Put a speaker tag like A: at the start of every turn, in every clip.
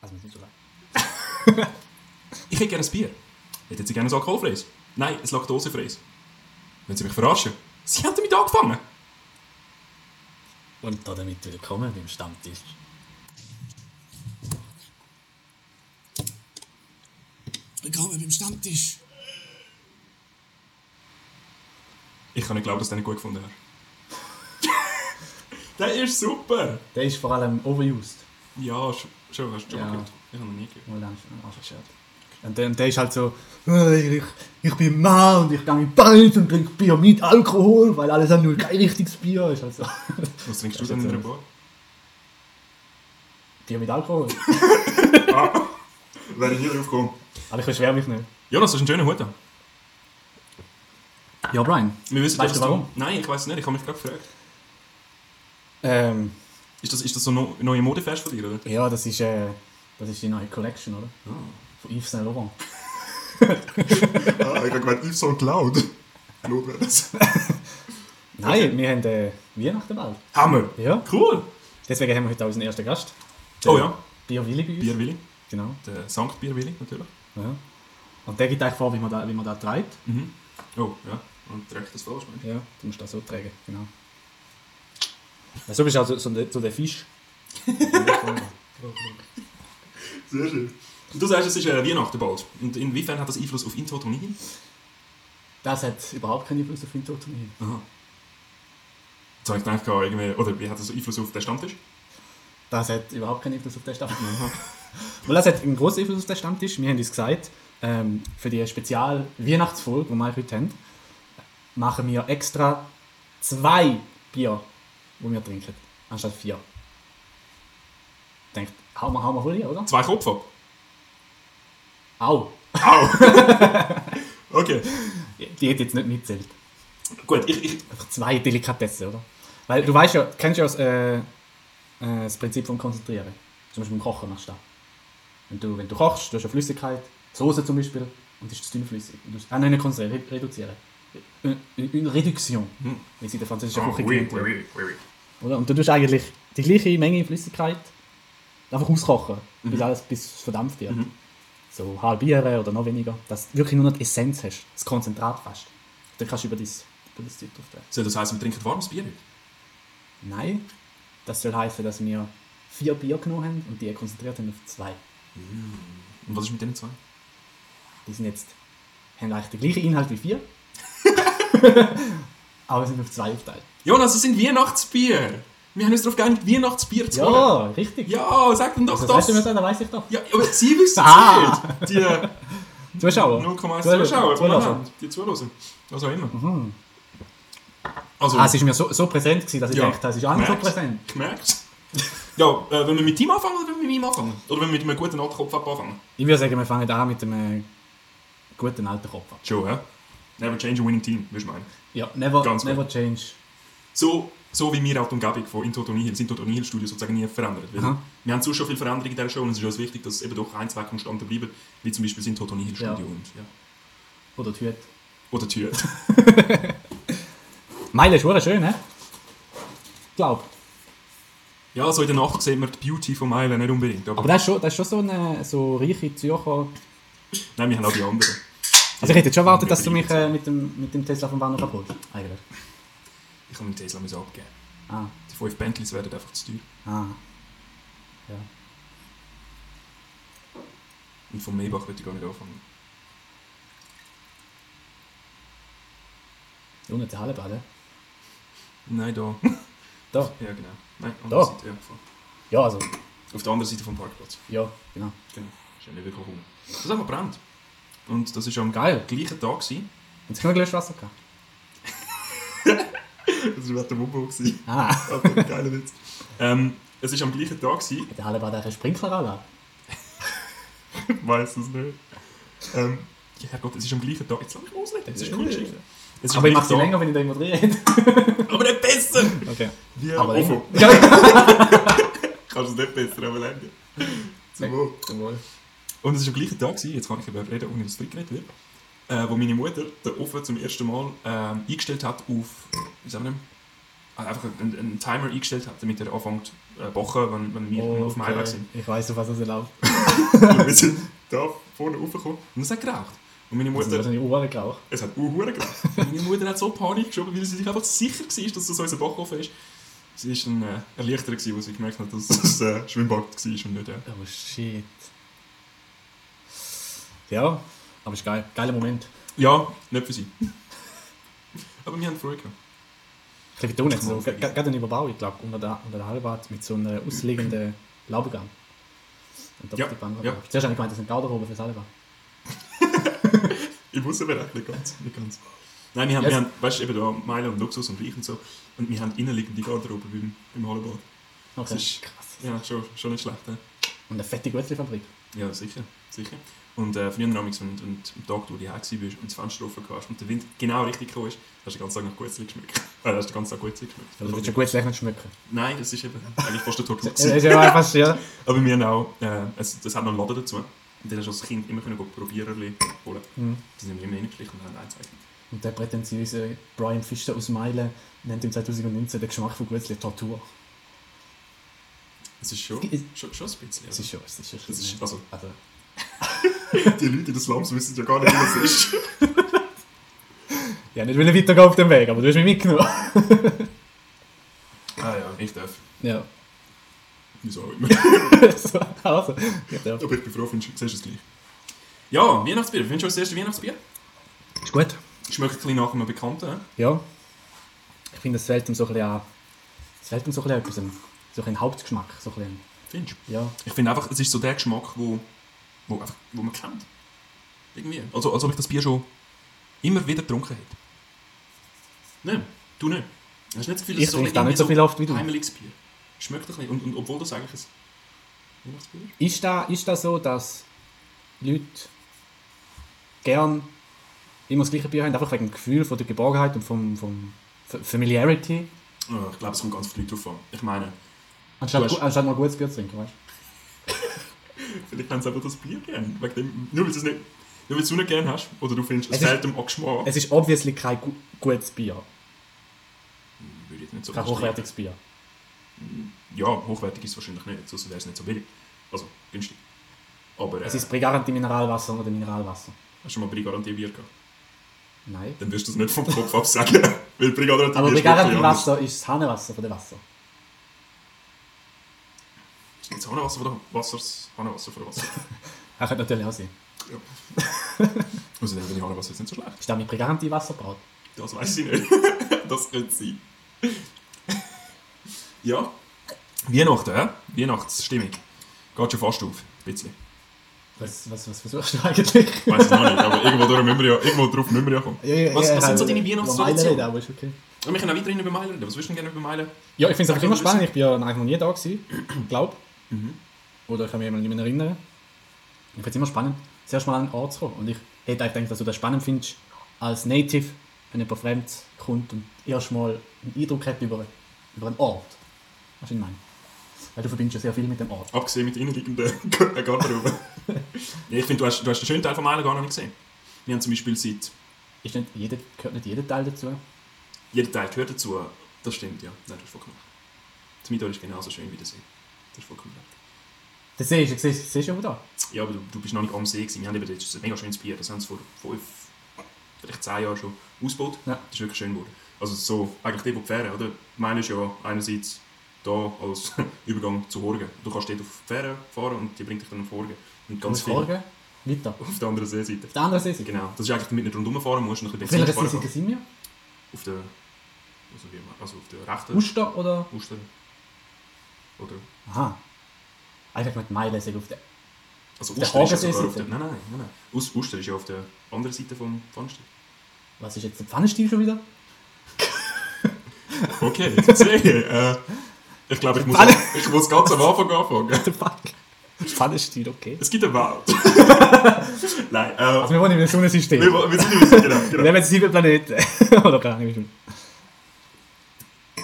A: Also wir sind schon lang.
B: Ich hätte gerne ein Bier. Hätten Sie gerne ein alkoholfreies? Nein, ein laktosefreies. Wenn Sie mich verarschen. Sie haben damit angefangen.
A: Und damit willkommen beim Stammtisch.
C: Willkommen beim Stammtisch.
B: Ich kann nicht glauben, dass du den gut gefunden hast. der ist super.
A: Der ist vor allem overused.
B: Ja, sch- schon, hast du schon
A: Ja.
B: mal gehört. Ich habe noch nie gehört.
A: Mal lang schon angeschaut. Und der, und der ist halt so, «Äh, ich, ich bin Mann und ich gehe in Bars und trinke Bier mit Alkohol, weil alles haben nur kein richtiges Bier. Ist halt so.
B: Was trinkst du
A: Das
B: denn in
A: ist
B: einer
A: so.
B: Bar?
A: Bier mit Alkohol.
B: Ah. Wenn ich hier drauf komme.
A: Aber ich beschwere mich nicht.
B: Jonas, das ist ein schöner Hut. an.
A: Ja, Brian.
B: Wir wissen,
A: weißt du
B: dass
A: warum?
B: Nein, ich weiß nicht. Ich habe mich gerade gefragt.
A: Ähm,
B: Ist das, ist das so eine neue Modefest von dir, oder?
A: ja, das ist, äh, das ist die neue Collection, oder? Von Yves Saint Laurent.
B: Ah, ich habe gemeint, Yves Saint Cloud. Notwendig.
A: Nein, wir haben äh, Weihnachten bald.
B: Hammer.
A: Ja.
B: Cool.
A: Deswegen haben wir heute auch unseren ersten Gast.
B: Oh ja.
A: Bier Willi bei uns.
B: Bier Willi.
A: Genau.
B: Der Sankt Bier Willi, natürlich.
A: Ja. Und der gibt eigentlich vor, wie man da, wie man da treibt.
B: Mhm. Oh, ja. Und direkt das falsch, meinst
A: Ja, du musst das so tragen, genau. So bist du also so, der- so der Fisch.
B: du? Sehr schön. Und du sagst, es ist äh, Weihnachten bald. Und inwiefern hat das Einfluss auf Intotonie?
A: Das hat überhaupt keinen Einfluss auf den Totem.
B: Aha. Jetzt habe ich gedacht, irgendwie, oder wie hat das Einfluss auf den Stammtisch?
A: Das hat überhaupt keinen Einfluss auf den Stammtisch. Und das hat einen großen Einfluss auf den Stammtisch. Wir haben uns gesagt, ähm, für die Spezial-Weihnachtsfolge, die wir eigentlich heute haben, machen wir extra zwei Bier, die wir trinken, anstatt vier. Denkt, hauen wir, hauen wir voll hier, oder?
B: Zwei Kopf ab.
A: Au!
B: Okay.
A: Die hat jetzt nicht mitgezählt.
B: Gut, ich, ich,
A: Einfach zwei Delikatessen, oder? Weil du weißt ja, kennst ja das, äh, äh, das Prinzip vom Konzentrieren. Zum Beispiel beim Kochen machst du das. Wenn du, wenn du kochst, du hast ja Flüssigkeit, Soße zum Beispiel, und das ist dünnflüssig. Und du hast, ah, nein, nicht konzentrieren, re- reduzieren. Eine, eine Reduktion, wie sie in der französischen
B: Ah,
A: Küche
B: oui,
A: genannt
B: oui,
A: wird.
B: oui, oui, oui.
A: Oder? Und du tust eigentlich die gleiche Menge Flüssigkeit einfach auskochen,
B: Mhm.
A: bis, alles, bis es verdampft wird. So halbieren oder noch weniger. Dass du wirklich nur noch die Essenz hast, das Konzentrat fast. Dann kannst du über das, über das Zeug drauf tun.
B: Soll das heißen, wir trinken warmes Bier?
A: Nein, das soll heißen, dass wir vier Bier genommen haben und die konzentriert haben auf zwei.
B: Und was ist mit denen zwei?
A: Die sind jetzt, haben eigentlich den gleichen Inhalt wie vier, aber sind auf zwei aufgeteilt.
B: Jonas, es sind Weihnachtsbier! Wir haben uns darauf geeinigt, Weihnachtsbier zu holen.
A: Ja, richtig.
B: Ja, sag dann doch
A: das
B: das!
A: weißt du mir dann, weiß ich doch.
B: Ja, aber sie wissen
A: Ah.
B: es nicht! Die äh,
A: Zuschauer.
B: 0,1
A: Zuhörer.
B: Zuschauer, die wir
A: Zuhörer.
B: haben, die zuhören. Was auch immer. Also,
A: Mhm. Ah, es ist mir so, so präsent gewesen, dass ich
B: Ja.
A: dachte, das ist auch nicht so
B: Merkt's.
A: präsent.
B: ich merk's. Ja, äh, wenn wir mit Team anfangen oder wenn wir mit ihm anfangen? Oder wenn wir mit einem guten alten Kopf ab anfangen?
A: Ich würde sagen, wir fangen an mit einem guten alten Kopf an.
B: Schon, hä? Never change a winning team, wirst du meinen.
A: Ja, never,
B: Ganz gut.
A: never change.
B: So, so wie wir auch die Umgebung von Into Tonihil, das Into Tonihil Studio sozusagen nie verändert. Weil
A: Aha.
B: wir haben sonst schon viel Veränderung in dieser Show und es ist uns wichtig, dass eben doch ein, zwei Konstanten bleiben, wie zum Beispiel das Into Tonihil
A: Ja.
B: Studio und ja.
A: Oder die Hüte.
B: Oder die Tür.
A: Meile ist verdammt schön, hä? Glaub.
B: ja, so in der Nacht sieht man die Beauty von Meilen nicht unbedingt. Aber,
A: Aber das ist schon, das ist schon so eine so reiche Zürcher
B: nein, wir haben auch die anderen.
A: Also ich hätte jetzt schon erwartet, dass du mich äh, mit, dem, mit dem Tesla vom Bahnhof abholst. Eigentlich.
B: Ich habe meinen Tesla müssen abgeben.
A: Ah,
B: Die fünf Bentleys werden einfach zu teuer.
A: ah. Ja.
B: Und vom Maybach würde ich gar nicht anfangen.
A: Da unten der Hallenbad,
B: Nein, da.
A: Da.
B: Ja, genau. Nein,
A: Da.
B: andere Seite. Ja, voll.
A: Ja, also.
B: Auf der anderen Seite vom Parkplatz.
A: Ja, genau.
B: Genau. Ist ja nicht wirklich rum. Das haben wir brennt. Und das war am
A: Geil.
B: gleichen Tag. Gewesen.
A: Und es ist nur Löschwasser gehabt.
B: Das war der Wumbo.
A: Ah.
B: Geiler Witz. Ähm, es war am gleichen Tag. Gewesen.
A: Hat der Hallenbad eigentlich eine Sprinkleranlage?
B: Weiß es nicht. Ähm, ja, Herrgott, es ist am gleichen Tag. Jetzt lass mich ausreden. Es ist eine coole Geschichte. Es ist
A: Aber
B: am
A: ich mache sie
B: gleichen
A: länger, wenn ich da irgendwo drin bin.
B: Tag. Aber nicht besser!
A: Okay.
B: Wie
A: Aber
B: ein
A: länger.
B: Offo.
A: Ja.
B: Kannst du es nicht besser, aber länger. Zum Wohl.
A: Zum Wohl.
B: Und es war am gleichen Tag, gewesen, jetzt kann ich eben reden, ohne dass es geredet wird, äh, wo meine Mutter den Ofen zum ersten Mal ähm, also eingestellt hat auf, wie sagen wir, ah, einfach einen, einen Timer eingestellt hat, damit er anfängt äh, Bochen, wenn, wenn wir auf dem Highway sind.
A: Ich weiß, auf was das läuft.
B: Und wir sind da vorne raufgekommen und es hat geraucht. Und meine
A: Das ist
B: Mutter,
A: wahrscheinlich Uhren geraucht.
B: es hat uhuere geraucht. Und meine Mutter hat so Panik geschoben, weil sie sich einfach sicher war, dass das unser Backofen ist. Sie war dann äh, erleichtert, gewesen, als sie gemerkt hat, dass das äh, Schwimmbad war und nicht... Äh,
A: Oh shit. Ja, aber ist geil. Geiler Moment.
B: ja, nicht für sie. Aber wir haben Freude gehabt.
A: Ich glaube, unten so, ge- ge- gerade eine Überbauung, glaube unter der, unter der Hallenwart mit so einer ausliegenden Laubengang. Und da
B: Ja,
A: auf die Bank.
B: ja.
A: Zuerst habe ich gemeint, das sind Garderobe fürs Hallenbad.
B: Ich wusste aber nicht ganz. Nicht ganz. Nein, wir haben,
A: Yes.
B: wir haben weißt du, eben da Meilen und Luxus und Reich und so. Und wir haben innenliegende Garderobe beim, im Hallenbad.
A: Okay.
B: Das ist-
A: krass.
B: Ja, schon, schon nicht schlecht. hä?
A: Und eine fette Gutzli-Fabrik.
B: Ja, sicher, sicher. Und äh, früher damals, wenn, wenn du am Tag, wo du daheim warst und das Fenster offen hast und der Wind genau richtig kam, ist, hast du den ganzen Tag nach Gutzli geschmeckt. Äh, hast du den ganzen Tag Gutzli geschmeckt.
A: Also, das wird schon gut schlecht nicht schmücken.
B: Nein, das ist eben eigentlich fast der Tod
A: Das ist ja auch fast, ja.
B: Aber wir haben auch, äh, es, das hat noch einen Laden dazu. Und dann hast du als Kind immer können go Probiererli holen.
A: Mhm.
B: Die sind wir immer reingeschlichen und haben einzeigen.
A: Und der prätentiöse Brian Fischer aus Meilen nennt im 2019 den Geschmack von Gutzli Tortur.
B: Es ist schon, schon, schon ein bisschen.
A: Das ist schon, das ist schon.
B: Das ist,
A: schlimm.
B: also,
A: also,
B: die Leute in den Slums wissen ja gar nicht, was das ist.
A: ja, nicht will weitergehen auf dem Weg, aber du hast mich mitgenommen.
B: ah ja, ich darf.
A: ja,
B: Wieso auch immer.
A: so, also, ich darf.
B: Aber ich bin froh, findest, siehst du es gleich. Ja, Weihnachtsbier. Findest du das erste Weihnachtsbier?
A: Ist gut.
B: Schmeckt ein bisschen nach einem Bekannten. hä?
A: Ja. Ich finde, es fehlt ihm so ein bisschen an. Es fehlt ihm so ein bisschen etwas. ein- So ein bisschen Hauptgeschmack. So ein bisschen,
B: Findest du?
A: ja.
B: Ich finde einfach, es ist so der Geschmack, wo, wo, einfach, wo man kennt. Irgendwie. Also, als ob ich das Bier schon immer wieder getrunken hätte. Nein, du nicht. Hast du nicht das Gefühl,
A: Ich trinke da nicht so viel oft wie du.
B: Heimeliges Bier. Schmeckt ein bisschen. Und, und obwohl das eigentlich ein Weihnachtsbier ist.
A: Ist das ist da so, dass Leute gern immer das gleiche Bier haben? Einfach wegen dem Gefühl von der Geborgenheit und vom, vom F- Familiarity?
B: Ah, Ich glaube, es kommt ganz viele Leute drauf an. Ich meine,
A: Anstatt,
B: Du hast-
A: gu- anstatt mal gutes Bier zu trinken, weißt du?
B: Vielleicht haben sie einfach das Bier gern. Wegen dem, nur weil du es nicht, nur weil du es nicht gern hast. Oder du findest, es,
A: Es ist-
B: fehlt dem an Geschmack.
A: Es ist obviously kein gu gutes Bier.
B: Würde ich jetzt nicht so
A: Kein hochwertiges Bier.
B: Ja, hochwertig ist es wahrscheinlich nicht. Sonst wäre es nicht so billig. Also, günstig. Aber äh,
A: Es ist Brigaranti Mineralwasser oder Mineralwasser.
B: hast du mal Brigaranti Bier gehabt?
A: Nein.
B: Dann wirst du es nicht vom Kopf ab sagen. weil Brigaranti
A: Aber
B: Bier
A: Brigaranti Wasser ist das Hahnenwasser von dem Wasser.
B: Ist nicht das Hanenwasser von der Wassers... Hanenwasser von der Wasser.
A: Das könnte natürlich auch sein.
B: ja. Also dann bin ich Hanenwasser jetzt nicht so schlecht.
A: Ist das mit Brigaranti Wasser gebraut?
B: Das weiß ich nicht. das könnte sein. ja. Weihnachten, hä? Weihnachtsstimmung. Geht schon fast auf. Ein bisschen.
A: Was, was, was versuchst du eigentlich?
B: Weiß ich noch nicht, aber irgendwo, durch müssen wir ja, irgendwo drauf müssen wir ja kommen. was, was sind so deine
A: Normale
B: Weihnachtstraditionen?
A: halt Reden, aber ist okay.
B: Wir können auch weiterhin über Meilen reden. Was würdest du denn gerne über Meilen?
A: Ja, ich finde es einfach
B: Sag
A: immer
B: mal,
A: spannend. Ich bin ja eigentlich noch nie da gewesen,
B: Mhm.
A: glaube Oder ich kann mich nicht mehr erinnern. Ich finde es immer spannend, zuerst mal an einen Ort zu kommen. Und ich hätte eigentlich gedacht, dass du das spannend findest, als Native, wenn jemand fremd kommt und erst mal einen Eindruck hat über, über einen Ort. Was ich meine. Weil du verbindest ja sehr viel mit dem Ort.
B: Abgesehen mit innenliegenden Garderobe. ja, ich finde, du hast, du hast den schönen Teil von Meilen gar noch nicht gesehen. Wir haben zum Beispiel seit...
A: Ist nicht jeder, gehört nicht jeder Teil dazu?
B: Jeder Teil gehört dazu. Das stimmt, ja. Nein, du hast vollkommen recht. Das Midor ist genauso schön wie der See. Das ist vollkommen recht.
A: Das sehe ich, das sehe ich, das sehe ich aber da.
B: Ja, aber du, du bist noch nicht am See gewesen. Wir haben eben jetzt ein mega schönes Bier. Das haben sie vor fünf, vielleicht zehn Jahren schon ausgebaut.
A: Ja.
B: Das ist wirklich schön geworden. Also so, eigentlich dort, wo die Fähre, oder? Meine ist ja einerseits da als Übergang zu Horgen. Du kannst dort auf die Fähre fahren und die bringt dich dann nach Horgen. Und ganz
A: Ganz
B: viel
A: Morgen weiter. Auf
B: auf der anderen Seeseite.
A: der anderen Seite.
B: Genau. Das ist eigentlich, damit du nicht rundherum fahren musst und ein bisschen
A: Welcher
B: Benzin
A: Seite
B: sparen
A: sind wir?
B: kannst. Auf der, also, wie, also auf der rechten
A: Uster oder?
B: Uster. Oder
A: Aha. Einfach mit Meilen sehe ich auf der.
B: Also
A: Der
B: Uster ist ja
A: Hagenseeseite.
B: sogar auf der... Nein, nein, nein. nein. Us- Uster ist ja auf der anderen Seite vom Pfannstiel.
A: Was ist jetzt der Pfannenstiel schon wieder?
B: Okay, jetzt sehe ich. Äh, ich glaube, ich muss,
A: Pfanne-
B: ich muss ganz am Anfang anfangen.
A: The fuck? Pfannenstiel, okay.
B: Es gibt einen Wald. nein, äh,
A: Also wir wollen in einem
B: wir,
A: Sonnensystem.
B: wollen- wir sind nicht genau,
A: Wir
B: genau.
A: haben jetzt sieben Planeten. oder keine Ahnung. wie viel.
B: Ich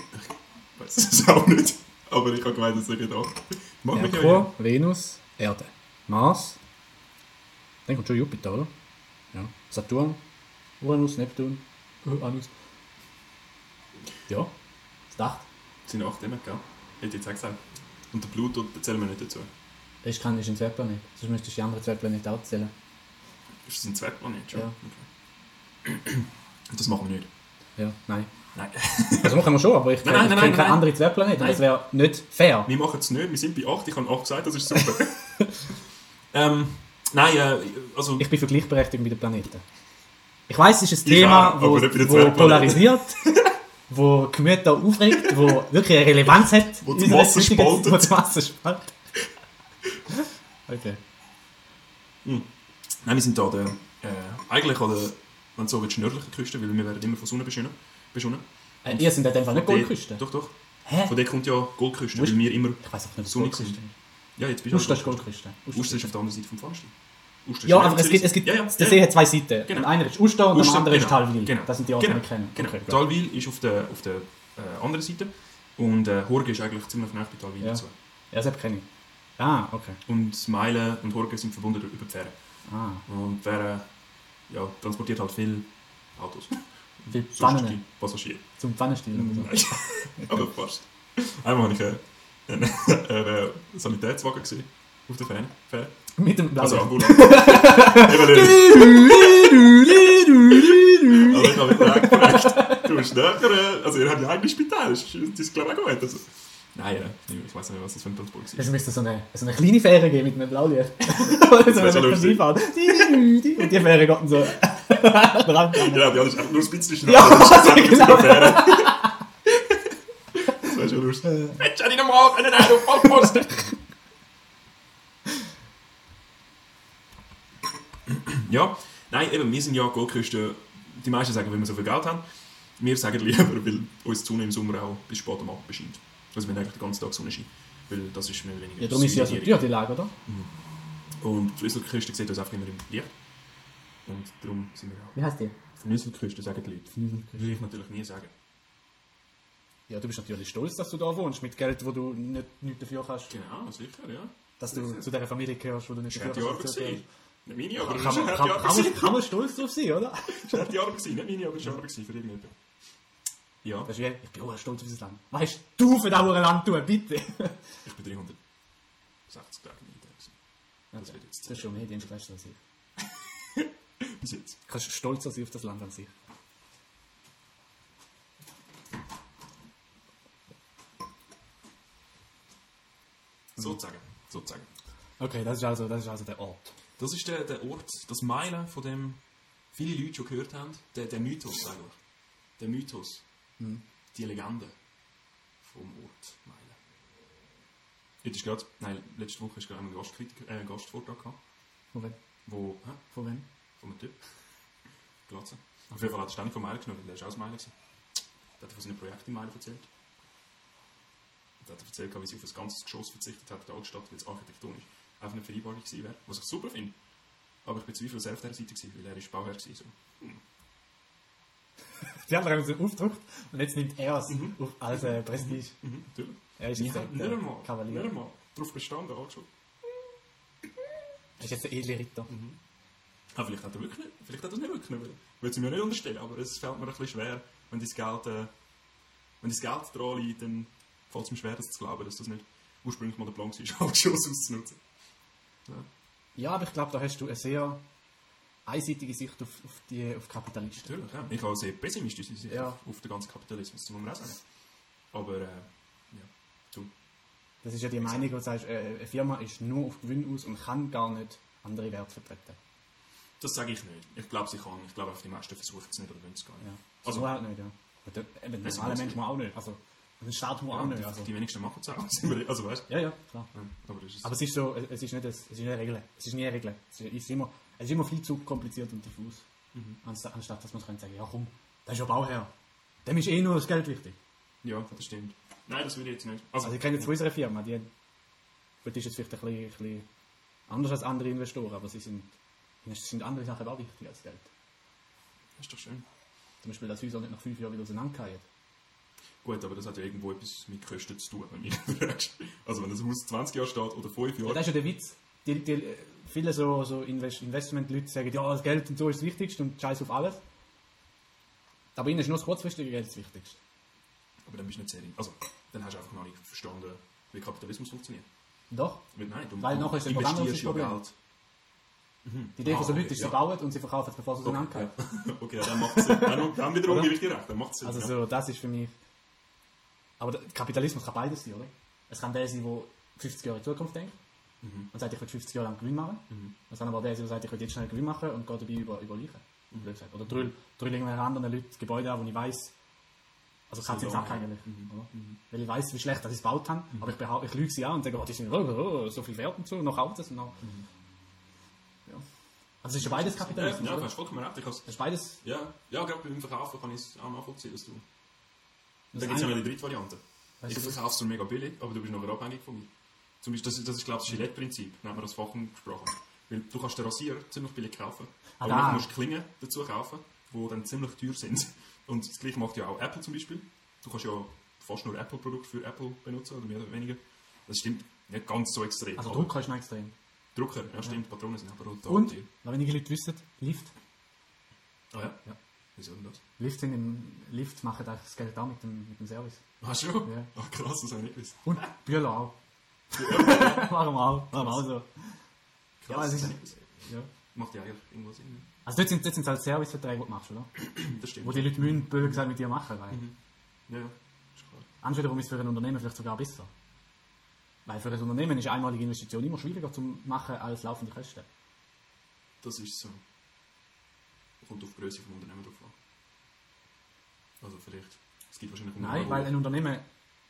B: weiß es auch nicht. Aber ich habe gemeint, dass ich gedacht. Mach mich ja.
A: Merkur, Venus, Erde, Mars. Dann kommt schon Jupiter, oder? Ja. Saturn, Uranus, Neptun, Uranus. Ja. Das Dacht.
B: Es sind acht immer, gell? Hätte ich jetzt auch gesagt. Und der Pluto, da zählen wir nicht dazu.
A: Das ist kein das ist ein Zwergplanet. Sonst müsstest du die anderen Zwergplaneten auch zählen.
B: Ist das ein Zwergplanet schon?
A: Ja.
B: Okay. Das machen wir nicht.
A: Ja, nein.
B: Nein.
A: Also machen wir schon, aber ich
B: Nein,
A: kenne ich kenne
B: nein, nein, nein,
A: keinen
B: nein.
A: anderen Zwergplaneten.
B: Nein.
A: Das wäre nicht fair.
B: Wir machen es nicht, wir sind bei 8, ich habe 8 gesagt, das ist super. ähm, nein, äh, also
A: Ich bin für Gleichberechtigung bei den Planeten. Ich weiß, es ist ein
B: Ich
A: Thema,
B: auch,
A: wo,
B: aber nicht bei den
A: wo
B: Zwergplaneten.
A: polarisiert, wo Gemüter aufregt, wo wirklich eine Relevanz hat.
B: Wo die
A: in unserer
B: Massen
A: heutigen-
B: spaltet.
A: Wo die Massen spaltet. Okay.
B: Nein, wir sind da der, äh, eigentlich an der, wenn du so willst, nördlichen Küste, weil wir werden immer von Sonne beschienen. beschienen.
A: Äh, ihr sind halt einfach nicht Goldküste.
B: Doch, doch.
A: Hä?
B: Von der kommt ja Goldküste,
A: Wo ist-
B: weil wir immer...
A: Ich weiß auch nicht, was
B: Sonne
A: Goldküste ist.
B: sind. Ja, jetzt bist du...
A: Uster ist Goldküste. Uster ist-
B: Uster ist auf der anderen Seite vom Pfannstein. Uster ist
A: Ja,
B: nicht
A: aber es
B: Zürich.
A: gibt, es gibt,
B: ja, ja,
A: der
B: ja.
A: See hat zwei Seiten.
B: Genau.
A: Und einer ist Uster und der
B: Uster,
A: andere ist
B: genau,
A: Talwil.
B: genau,
A: Das sind die Orte, die wir kennen.
B: Genau.
A: Okay, gut.
B: Talwil ist auf der, auf der äh, anderen Seite und äh, Horge ist eigentlich ziemlich nah bei Talwil
A: Ja.
B: dazu.
A: Ja, das kenne ich. Ah, okay.
B: Und Meilen und Horge sind verbunden durch- über die Fähre.
A: Ah.
B: Und die Fähre ja, transportiert halt viel Autos.
A: Wie
B: Sonst
A: Pfannen.
B: die Passagiere.
A: Zum Pfannenstiel. oder so.
B: Nein. Aber fast. Einmal habe ich äh, einen, einen äh, Sanitätswagen gesehen auf der Fähre. Fähre.
A: Mit dem blauen.
B: Also Ambulanz. Eben nicht. Aber ich habe mich dann gefragt, du bist näher, äh, also ihr habt ja eigentlich Spital, das ist, das ist glaube ich auch gut. Also, nein, äh, ich weiß nicht, was das für ein Transport ist.
A: Es müsste so eine, so eine kleine Fähre geben mit einem Blaulicht. Oder so
B: wär schon
A: eine
B: lustig.
A: Vorbeifahrt. Und die Fähre geht dann so dran.
B: Genau, die andere ist einfach nur ein bisschen schneller.
A: Ja,
B: das ist einfach
A: genau.
B: genau. Das wäre schon lustig.
A: Äh.
B: Mensch, hätte ich nochmal einen Auto vollposten. ja, nein, eben, wir sind ja Goldküste. Die meisten sagen, weil wir so viel Geld haben. Wir sagen lieber, weil uns die Sonne im Sommer auch bis spät am Abend bescheint. Also wir haben eigentlich den ganzen Tag Sonne scheint. Weil das ist mehr oder weniger
A: Ja, darum ist sie ja so
B: Südierung.
A: teuer, die Lage, oder?
B: Und die Schlüsselküste sieht uns einfach immer im Licht. Und darum sind wir auch
A: Wie heißt die?
B: Fnüsselküste sagen die Leute. Will ich natürlich nie sagen.
A: Ja, du bist natürlich stolz, dass du da wohnst, mit Geld, wo du nicht, nicht dafür kannst.
B: Genau, sicher, ja.
A: Dass du zu dieser Familie gehörst, wo du nicht
B: Ich hätte die Arbeit gesehen. Nicht meine, aber
A: Kann man, kann, kann, man, kann man stolz drauf sein, oder?
B: Ich hätte die Arbeit gesehen, nicht meine, aber ich Arbeit gesehen für irgendjemanden. Ja,
A: Weißt du, wie? ich bin auch stolz auf dieses Land. Weißt du, für das hohe Land tun, bitte?
B: ich bin 360 Tage im Militär gewesen. Das wird jetzt
A: Das ist schon mehr Dienstleister als ich.
B: bis jetzt.
A: Kannst du stolzer sein auf das Land an sich?
B: Sozusagen. Sozusagen.
A: Okay, das ist also, das ist also der Ort.
B: Das ist der, der Ort, das Meilen, von dem viele Leute schon gehört haben. Der, der Mythos eigentlich. Der Mythos. Die Legende vom Ort Meilen. Jetzt ist gerade, nein, letzte Woche ist gerade ein Gastkritiker, äh, Gastvortrag gehabt,
A: Von wem?
B: wo, hä?
A: Von wem?
B: Von einem Typ. Glatze. Auf jeden Fall hat er ständig von Meilen genommen, der ist auch aus Meilen gewesen. Der hat von seinen Projekten in Meilen erzählt. Und der hat erzählt, wie sie auf ein ganzes Geschoss verzichtet hat, der Altstadt, weil es architektonisch einfach eine Vereinbarung gewesen wäre, was ich super finde. Aber ich bezweifle, dass er auf dieser Seite war, weil er ist Bauherr gewesen. So.
A: Die anderen haben es aufgedrückt und jetzt nimmt er es auf als äh, Prestige.
B: Mhm, natürlich.
A: Er ist
B: Ich
A: jetzt
B: habe
A: der,
B: nicht
A: der
B: einmal, nicht
A: Kavalier.
B: einmal darauf bestanden, Altstadt.
A: Er ist jetzt der edle Ritter.
B: Ah, vielleicht hat er wirklich nicht, vielleicht hat er es nicht wirklich nicht wollen. Ich will es ihm ja nicht unterstellen, aber es fällt mir ein bisschen schwer, wenn dein Geld, äh, wenn dein Geld dran liegt, dann fällt es mir schwer, das zu glauben, dass das nicht ursprünglich mal der Plan war, halt Schuss auszunutzen.
A: Ja, aber ich glaube, da hast du eine sehr einseitige Sicht auf, auf, die, auf Kapitalisten.
B: Natürlich, ja. Ich habe sehr pessimistisch Sicht
A: Ja.
B: auf, auf den ganzen Kapitalismus, das muss man auch sagen. Aber, äh, ja, du.
A: Das ist ja die Meinung, wo du sagst, äh, eine Firma ist nur auf Gewinn aus und kann gar nicht andere Werte vertreten.
B: Das sage ich nicht. Ich glaube, sie kann. Ich glaube, auf die meisten versuchen es nicht oder wollen es gar nicht.
A: Ja. Also,
B: Also-
A: so halt nicht, ja. Aber der- eben, der
B: Das
A: normale
B: muss
A: Mensch
B: ich.
A: muss auch nicht. Also, und der Staat muss auch nicht.
B: die,
A: Also.
B: die wenigsten machen es auch. sind wir- Also, weißt du?
A: Ja, ja, klar.
B: Ja, aber das ist
A: Aber es ist so, es es ist nicht, ein- es ist nicht eine Regel. Es ist nie eine Regel. Es ist immer, es ist immer viel zu kompliziert und diffus. Anstatt, anstatt dass man sagen könnte, ja komm, der ist ja Bauherr. Dem ist eh nur das Geld wichtig.
B: Ja, das stimmt. Nein, das würde ich jetzt nicht.
A: Also ich kenne jetzt von unserer Firma, die, gut, die ist jetzt vielleicht ein bisschen, ein bisschen anders als andere Investoren, aber sie sind, ihnen sind andere Sachen auch wichtig als Geld.
B: ist doch schön.
A: Zum Beispiel, dass Häuser nicht nach fünf Jahren wieder auseinanderfallen.
B: Gut, aber das hat ja irgendwo etwas mit Kosten zu tun, wenn du mich fragst. Also wenn das Haus 20 Jahre steht oder 5
A: Ja,
B: Jahre,
A: das ist ja der Witz. Die, die, äh, viele so, so Invest Investmentleute sagen, ja, das Geld und so ist das Wichtigste und scheiß auf alles. Aber ihnen ist nur das kurzfristige Geld das Wichtigste.
B: aber dann bist du nicht sehr... Also, dann hast du einfach noch nicht verstanden, wie Kapitalismus funktioniert.
A: Doch.
B: Weil, nein, du,
A: Weil
B: du
A: nachher ist ein
B: investierst ja
A: Programm, das
B: Geld.
A: Die Idee von so
B: Ah, okay,
A: Leuten ist, sie
B: ja.
A: bauen und sie verkaufen es, bevor sie
B: Okay,
A: auseinandergehen.
B: ja. okay ja, dann macht es Sinn. Dann, dann wiederum
A: Oder?
B: gebe ich dir recht, dann macht es Sinn.
A: Also
B: ja.
A: so, das ist für mich... Aber der Kapitalismus kann beides sein, oder? Es kann der sein, der 50 Jahre in die Zukunft denkt
B: Mhm.
A: und sagt, ich will 50 Jahre lang Gewinn machen. Es kann aber auch der sein, der sagt, ich will jetzt schnell Gewinn machen und geht dabei über, über Leichen.
B: Mhm.
A: blöd gesagt. Oder drüllt drüll irgendwelche anderen Leute Gebäude an, wo ich weiß also ich kann es
B: Sie Mhm.
A: jetzt
B: lange.
A: abhängen. oder? Weil ich weiß, wie schlecht dass ich es gebaut habe,
B: Mhm.
A: aber ich, behau- ich lüge sie an und sage, oh, die sind oh, oh, so viel wert und so, noch kauft es und noch...
B: Mhm.
A: Ja. Also es ist ja beides Kapitalismus,
B: Ja, ja, du
A: oder?
B: hast vollkommen recht. Ich has-
A: Es ist beides...
B: ja, ja, gerade beim Verkaufen kann ich es auch nachvollziehen, dass du... Da
A: das
B: gibt es ja
A: eine-
B: noch die dritte Variante.
A: Weißt
B: Ich
A: du, das-
B: verkaufe es dir mega billig, aber du bist nachher abhängig von mir. Zum Beispiel, das, ist- das ist, glaube ich, das Gillette-Prinzip, nennt man das Fachgesprochen. Weil du kannst den Rasierer ziemlich billig kaufen,
A: Ah,
B: aber
A: da.
B: du musst Klingen dazu kaufen, die dann ziemlich teuer sind. Und das gleiche macht ja auch Apple zum Beispiel. Du kannst ja fast nur Apple-Produkte für Apple benutzen, oder mehr oder weniger. Das stimmt nicht ganz so extrem.
A: Also
B: aber
A: Drucker ist noch extrem.
B: Drucker, ja stimmt, Patronen sind aber total
A: Und,
B: teuer.
A: noch wenige Leute wissen, Lift.
B: Ah ja? Ja. Wieso denn das?
A: Lift, sind im, Lift machen eigentlich das Geld auch mit dem, mit dem Service.
B: Ah schon?
A: Ja.
B: Ah krass, das habe ich nicht gewusst.
A: Und Bühler auch. Warum auch? Warum auch so? Ja, es
B: Krass, das
A: ist-
B: habe ich nicht gewusst.
A: Ja.
B: Macht ja eigentlich irgendwo Sinn. ne?
A: Also dort sind, dort sind halt Serviceverträge, die du machst, oder?
B: Das stimmt.
A: Wo die Leute müssen, blöd gesagt, mit dir machen. Weil
B: Ja, ja. ist klar.
A: Anders wiederum ist es für ein Unternehmen vielleicht sogar besser. Weil für ein Unternehmen ist eine einmalige Investition immer schwieriger zu machen als laufende Kosten.
B: Das ist so. Kommt auf die Größe vom Unternehmen drauf an. Also vielleicht. Es gibt wahrscheinlich
A: Nein,
B: Unternehmen,
A: weil
B: wo-
A: ein Unternehmen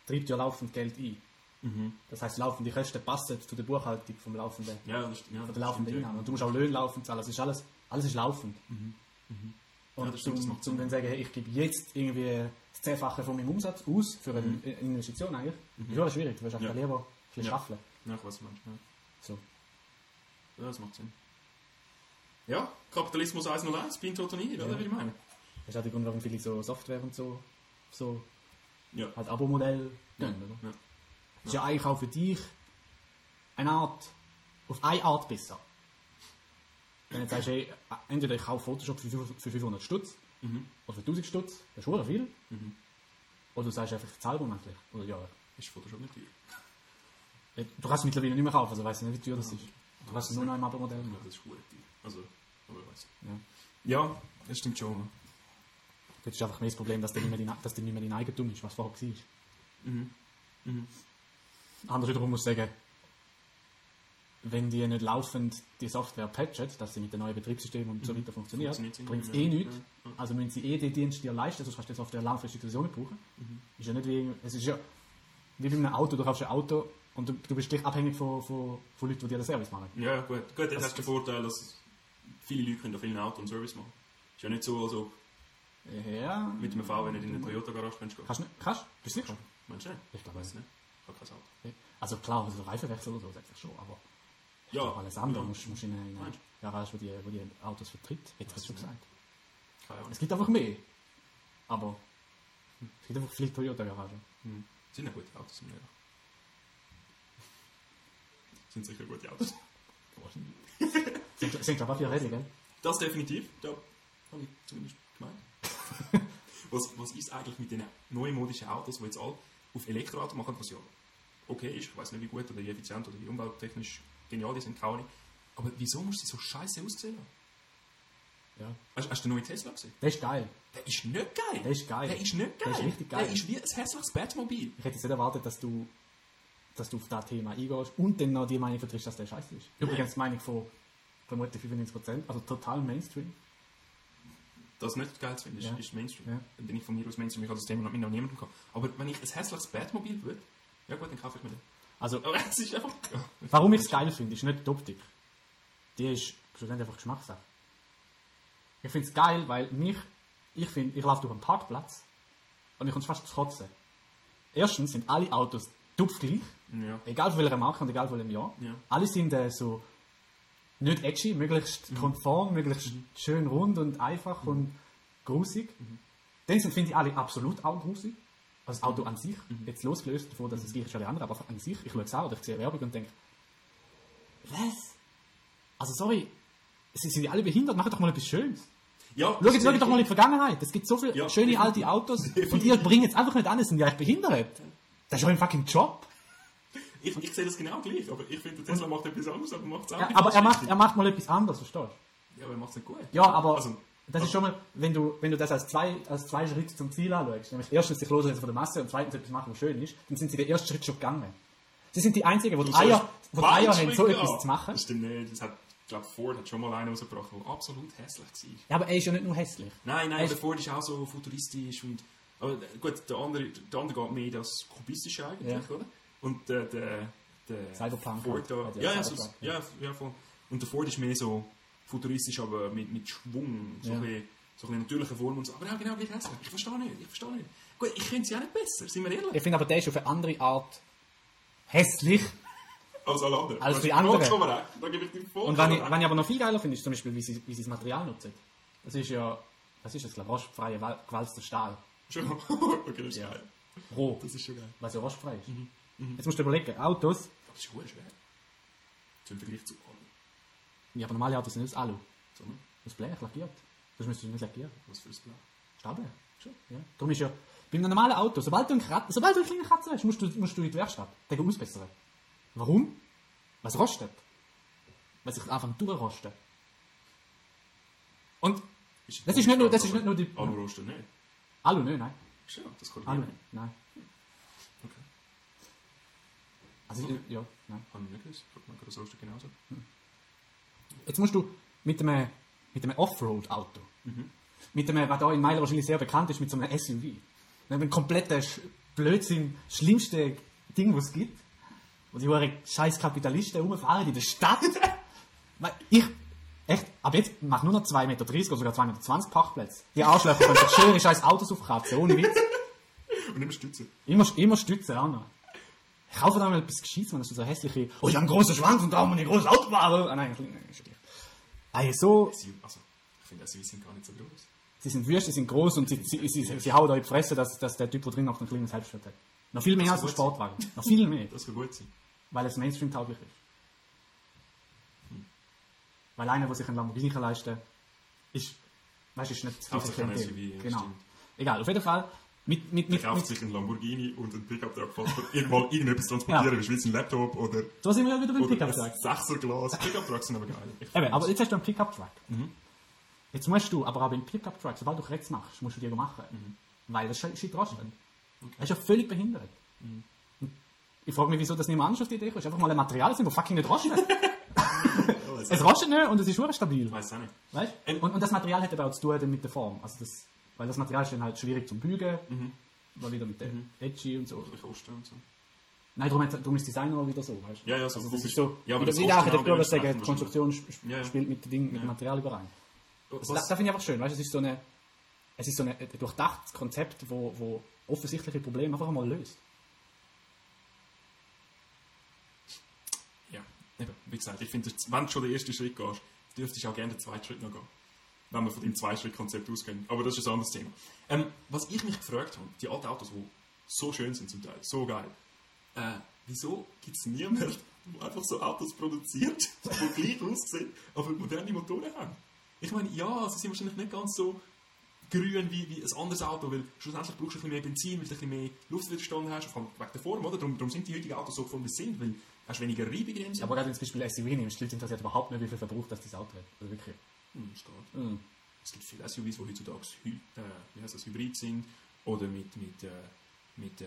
A: treibt ja laufend Geld ein. Das heißt, laufende Kosten passen zu der Buchhaltung vom laufenden,
B: ja, das, ja,
A: von
B: das
A: der laufenden
B: stimmt, ja.
A: Einnahmen. Und du musst auch Löhne laufend zahlen. Das ist alles, alles ist laufend. Und
B: Mhm. Ja, das stimmt, das
A: zum,
B: macht
A: zum
B: Sinn.
A: dann sagen, hey, ich gebe jetzt irgendwie das Zehnfache von meinem Umsatz aus für eine I- Investition eigentlich. Das ist auch schwierig. Du wirst einfach
B: Mhm. Ja.
A: lieber ein bisschen
B: Ja.
A: schaffeln.
B: Ja, ich weiß, was du meinst. Ja.
A: So.
B: ja, das macht Sinn. Ja, Kapitalismus 101, Pintotonie, ja. oder wie ich meine.
A: Das ist auch der Grund, warum viele so Software und so, so
B: Ja.
A: halt Abo-Modell gehen, oder?
B: ja.
A: Das ist ja eigentlich auch für dich eine Art, auf eine Art besser. Wenn du jetzt sagst, hey, entweder ich kaufe Photoshop für 500 für 500 Stutz oder für 1000 Also Stutz, das ist verdammt viel. Oder du sagst einfach, ich zahle monatlich oder ja.
B: Ist Photoshop nicht teuer.
A: Du kannst es mittlerweile nicht mehr kaufen, also weiss ich nicht, wie teuer das ist. Du kannst es nur noch im Abo-Modell
B: Ja,
A: machen.
B: das ist gut teuer. Also, aber ich weiß.
A: Ja.
B: Ja, das stimmt schon. ne?
A: Jetzt ist einfach mehr das Problem, dass dir nicht mehr dein, dass dir nicht mehr dein Eigentum ist, was vorher war. Mhm.
B: Mhm.
A: Anders wiederum muss ich sagen, wenn die nicht laufend die Software patchen, dass sie mit den neuen Betriebssystemen und so weiter funktioniert,
B: Mhm. Funktioniert sie
A: bringt es
B: nicht
A: eh
B: mehr.
A: nichts. Also müssen sie eh die Dienste dir leisten, sonst kannst du die Software langfristig sowieso nicht brauchen.
B: Mhm.
A: Ist ja nicht wie, es ist ja wie bei einem Auto, du kaufst ein Auto und du, du bist gleich abhängig von, von, von Leuten, die dir den Service machen.
B: Ja, gut. Gut,
A: Also
B: jetzt hast du den Vorteil, dass viele Leute können auf vielen Autos einen Service machen Ist ja nicht so, als ob
A: Ja,
B: mit einem VW nicht in eine Toyota-Garage gehen kannst.
A: kannst du nicht? Kannst du? Bist du sicher?
B: Meinst du nicht?
A: Ich glaube
B: Weiß
A: nicht.
B: nicht. Ich habe kein Auto.
A: Also klar, also Reifenwechsel oder so, das ist schon, aber...
B: Ja,
A: Auch alles andere
B: ja.
A: musst, musst in eine
B: Meinst
A: Garage, wo die, wo die Autos vertritt. Hätte ich das schon gesagt.
B: Keine Ahnung.
A: Es gibt einfach mehr. Aber es gibt einfach viele Toyota-Garagen.
B: Hm. Sind ja gute Autos im Leben. Sind sicher gute Autos.
A: Sind, sind glaube ich, auch vier Räder, gell?
B: Das definitiv. Ja, habe ich zumindest gemeint. was, was ist eigentlich mit den neumodischen Autos, die jetzt alle auf Elektroauto machen, was ja okay ist, ich weiß nicht wie gut oder wie effizient oder wie umwelttechnisch genial die sind, keine Ahnung. Aber wieso muss sie so scheiße aussehen?
A: Ja.
B: Hast, hast du den neuen Tesla gesehen?
A: Der ist geil.
B: Der ist nicht geil!
A: Der ist geil.
B: Der ist nicht
A: Der
B: geil!
A: ist richtig geil.
B: Der ist wie ein hässliches Batmobil.
A: Ich hätte jetzt nicht erwartet, dass du, dass du auf das Thema eingehst und dann noch die Meinung vertrittst, dass der scheiße ist. Übrigens die Meinung von vermutlich 95%, also total Mainstream.
B: das nicht geil zu finden, ist,
A: Ja.
B: ist Mainstream.
A: Ja.
B: Dann bin ich von mir aus Mainstream, ich habe das Thema noch mit noch niemandem gehabt. Aber wenn ich ein hässliches Batmobil will, ja gut, dann kaufe ich mir den.
A: Also,
B: Aber es ist einfach... Ja.
A: warum ich es geil finde, ist nicht die Optik. Die ist schlussendlich einfach Geschmackssache. Ich finde es geil, weil mich, ich finde, ich laufe durch einen Parkplatz und ich komme fast zu kotzen. Erstens sind alle Autos tupfgleich,
B: ja.
A: egal von welcher Marke und egal von welchem Jahr.
B: Ja.
A: Alle sind äh, so nicht edgy, möglichst
B: Mhm.
A: konform, möglichst schön rund und einfach und grusig.
B: Mhm.
A: Dann sind, finde ich, alle absolut auch grusig. Also das Auto an sich,
B: Mhm.
A: jetzt losgelöst davon, dass es gleich ist wie alle anderen, aber an sich, ich schaue es an oder ich sehe Werbung und denke, was? Also sorry, sie sind alle behindert, macht doch mal etwas Schönes.
B: ja
A: Schaut, schaut doch mal in die Vergangenheit. Es gibt so viele
B: Ja.
A: schöne alte Autos und ihr bringt jetzt einfach nicht an, es sind ja echt behindert. Das ist euer fucking Job.
B: Ich, ich sehe das genau gleich, aber ich finde, der Tesla macht etwas anderes, aber macht es auch
A: Ja,
B: nicht.
A: aber er macht, er macht mal etwas anderes, verstehst du?
B: Ja, aber er macht es nicht gut.
A: Ja, aber
B: Also,
A: das ist schon mal, wenn du, wenn du das als zwei, als zwei Schritte zum Ziel anschaust, nämlich erstens sich loslösen von der Masse und zweitens etwas machen, was schön ist, dann sind sie den ersten Schritt schon gegangen. Sie sind die Einzigen, die die Eier, die die Eier haben, so etwas zu machen.
B: Das stimmt nicht. Das hat, ich glaube, Ford hat schon mal einen rausgebracht, der absolut hässlich war.
A: Ja, aber er ist ja nicht nur hässlich.
B: Nein, nein,
A: Hast-
B: der Ford ist auch so futuristisch und aber äh, gut, der andere, der andere geht mehr in das Kubistische eigentlich, oder? Und der, der, der
A: Cyberpunk halt.
B: Ford da,
A: hat ja
B: ja, ja, so,
A: Cyberpunk,
B: ja, ja, voll. Und der Ford ist mehr so futuristisch, aber mit, mit Schwung, so
A: Ja.
B: ein bisschen, so ein bisschen natürlicher Form und so. Aber auch genau gleich hässlich. Ich verstehe nicht, ich verstehe nicht. Gut, ich finde sie auch nicht besser, sind wir ehrlich?
A: Ich finde aber, der ist auf eine andere Art hässlich.
B: Als alle anderen.
A: Als
B: Weißt du,
A: die anderen.
B: vollkommen recht. Da gebe ich dir vollkommen
A: Und wenn ich,
B: recht.
A: wenn ich aber noch viel geiler finde, ist zum Beispiel, wie sie, wie sie das Material nutzen. Das ist ja, das ist jetzt, glaube ich, rostfreier, wal- gewalzter Stahl.
B: Schon. okay, das ist
A: Ja.
B: geil.
A: Roh.
B: Das ist schon geil.
A: Weil es ja rostfrei ist.
B: Mhm.
A: Jetzt musst du überlegen, Autos,
B: Aber das ist verdammt schwer. Zum Vergleich zu anderen.
A: ja, aber normale Autos sind nicht aus Alu.
B: Sondern,
A: Aus Blech lackiert. Das müsstest du nicht lackieren.
B: was für ein Plan.
A: Stahlblech. Schon. Ja. Darum ist ja, bei einem normalen Auto, sobald du einen, Krat sobald du einen kleinen Kratzer hast, musst du, musst du in die Werkstatt den ausbessern. Warum? Weil es rostet. Weil sich anfängt durchrosten. Und Das ist nicht nur- das ist nicht nur die-
B: Alurosten nicht.
A: Alu, nein, nein.
B: Schön, das kann ich
A: Alu,
B: nicht.
A: nein.
B: Okay.
A: Also, ich- ja, nein.
B: Habe ich nicht gewusst. Ich glaube, das Rosten genauso.
A: Jetzt musst du mit einem, mit einem Offroad-Auto, mit einem, was da in Meilen wahrscheinlich sehr bekannt ist, mit so einem SUV, mit einem kompletten Sch Blödsinn, schlimmste Ding, was es gibt, wo die hohen scheiß Kapitalisten rumfahren in der Stadt. Weil ich, echt, ab jetzt mach nur noch 2,30 Meter oder sogar 2,20 Meter Parkplätze. Die Arschlöcher können sich schöne scheiß Autos aufkratzen, ohne Witz.
B: Und nicht mehr stützen.
A: Immer, immer stützen, auch noch. Ich kaufe da mal etwas Gescheites, wenn das so hässliche, oh, ich habe einen großen Schwanz und da muss ich ein großes Auto fahren. Ah, nein, nein, nein, Also, so,
B: Sie- Also, ich finde, sie sind gar nicht so groß.
A: sie sind wüst, sie sind groß und sie, sie, sie, sie, sie hauen da in die Fresse, dass, dass der Typ, der drin noch einen kleinen Selbstwert hat. Noch viel mehr als ein
B: Das kann gut
A: Sportwagen. Noch viel mehr.
B: Das kann gut sein.
A: Weil es Mainstream-tauglich ist. Weil einer, der sich einen Lamborghini kann leisten kann, ist, weißt du, ist nicht
B: Hauptsache
A: kein
B: ein
A: Deal.
B: SUV, ja,
A: Genau.
B: stimmt.
A: Egal, auf jeden Fall, mit, mit,
B: Er
A: mit,
B: kauft
A: mit
B: sich einen Lamborghini und einen Pickup-Truck, falls er irgendwann irgendetwas transportieren
A: Ja.
B: will, wie ein Laptop oder,
A: so sind wir ja wieder beim
B: oder
A: Pickup
B: ein
A: gesagt.
B: 6er-Glas. Pickup-Trucks sind aber geil. Ich
A: Eben, aber jetzt hast du einen Pickup-Truck.
B: Mhm.
A: Jetzt musst du aber auch beim Pickup-Truck, sobald du rechts machst, musst du dir machen.
B: Mhm.
A: Weil das ist shit rostet. Das ist ja völlig behindert.
B: Mhm.
A: Und Ich frage mich, wieso das niemand anders auf die Idee kommt. Einfach mal ein Material sind, das fucking nicht rostet. es rostet nicht und es ist wirklich stabil.
B: weiß es auch nicht.
A: Weißt? du? Und, und das Material hat aber auch zu tun dann mit der Form. Also das, weil das Material ist dann halt schwierig zum Bügen.
B: Mhm.
A: Mal wieder mit der Edgy und so.
B: Ich koste und so.
A: Nein, darum, hat- darum ist Design auch wieder so, weißt du?
B: Ja, ja, so
A: also das
B: komisch.
A: ist so.
B: Ja,
A: Ja,
B: aber
A: aber
B: das
A: ich
B: kostet
A: darf
B: genau
A: jetzt glaube ich sagen, die
B: dementsprechend
A: Konstruktion sp- sp-
B: Ja, ja.
A: spielt mit, dem Ding, mit
B: Ja.
A: dem Material überein.
B: Was,
A: Also, Das, das finde ich einfach schön, weißt du? Es ist so eine, es ist so eine, ein durchdachtes Konzept, wo, wo offensichtliche Probleme einfach mal löst.
B: Ja, eben, wie gesagt, ich finde, wenn du schon den ersten Schritt gehst, dürftest du auch gerne den zweiten Schritt noch gehen. Wenn wir von dem Zwei-Schritt-Konzept ausgehen. Aber das ist ein anderes Thema. Ähm, was ich mich gefragt habe, die alten Autos, die so schön sind zum Teil, so geil, äh, wieso gibt es niemanden, der einfach so Autos produziert, die gleich aussehen, aber moderne Motoren haben? Ich meine, ja, sie sind wahrscheinlich nicht ganz so grün wie, wie ein anderes Auto, weil schlussendlich brauchst du ein bisschen mehr Benzin, weil du ein bisschen mehr Luftwiderstand hast, vor allem wegen der Form, oder? Darum, darum sind die heutigen Autos so geformt, wie sie sind, weil du hast weniger Reibung in dem Sinn.
A: Aber gerade wenn du zum Beispiel SUV nimmst, die Leute interessiert überhaupt nicht, wie viel Verbrauch das dieses Auto hat. Also wirklich.
B: Hm, es geht. Es gibt viele SUVs, die heutzutage hy äh, wie heißt das, hybrid sind oder mit, mit, äh, mit äh,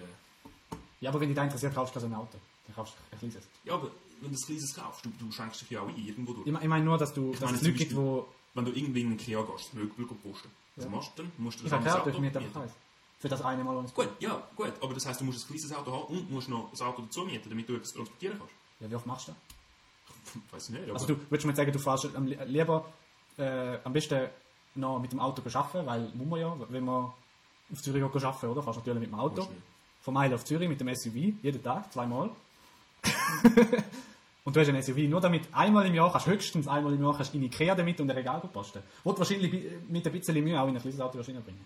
A: Ja, aber wenn dich da interessiert, kaufst du so ein Auto. Dann kaufst du ein kleines.
B: ja, aber wenn du ein kleines kaufst, du, du schenkst dich ja auch ein, irgendwo durch.
A: Ich, mein- ich meine nur, dass du, dass
B: meine
A: es
B: zum
A: Leute gibt,
B: Beispiel-
A: wo,
B: Wenn du irgendwie in einen Kia gehst, möglich posten. Was
A: Ja.
B: machst du dann? Musst du
A: ich
B: ein anderes
A: verkehrt durch mir den
B: mieten.
A: Preis. Für das eine Mal ohne
B: Gut, ja, gut. Aber das heisst, du musst ein kleines Auto haben und musst noch ein Auto dazu mieten, damit du etwas transportieren kannst.
A: Ja, wie oft machst du das?
B: Ich weiß nicht, aber
A: Also du würdest mir jetzt sagen, du fährst am, li- lieber äh, am besten noch mit dem Auto arbeiten, weil muss man ja, wenn man auf Zürich geht arbeiten, oder? Fährst natürlich mit dem Auto.
B: Musst du.
A: Von Meilen auf Zürich mit dem SUV, jeden Tag, zweimal. und du hast ein SUV, nur damit einmal im Jahr kannst, höchstens einmal im Jahr kannst du in Ikea damit und ein Regal posten. Wo du wahrscheinlich bi- mit ein bisschen Mühe auch in ein kleines Auto wahrscheinlich bringen.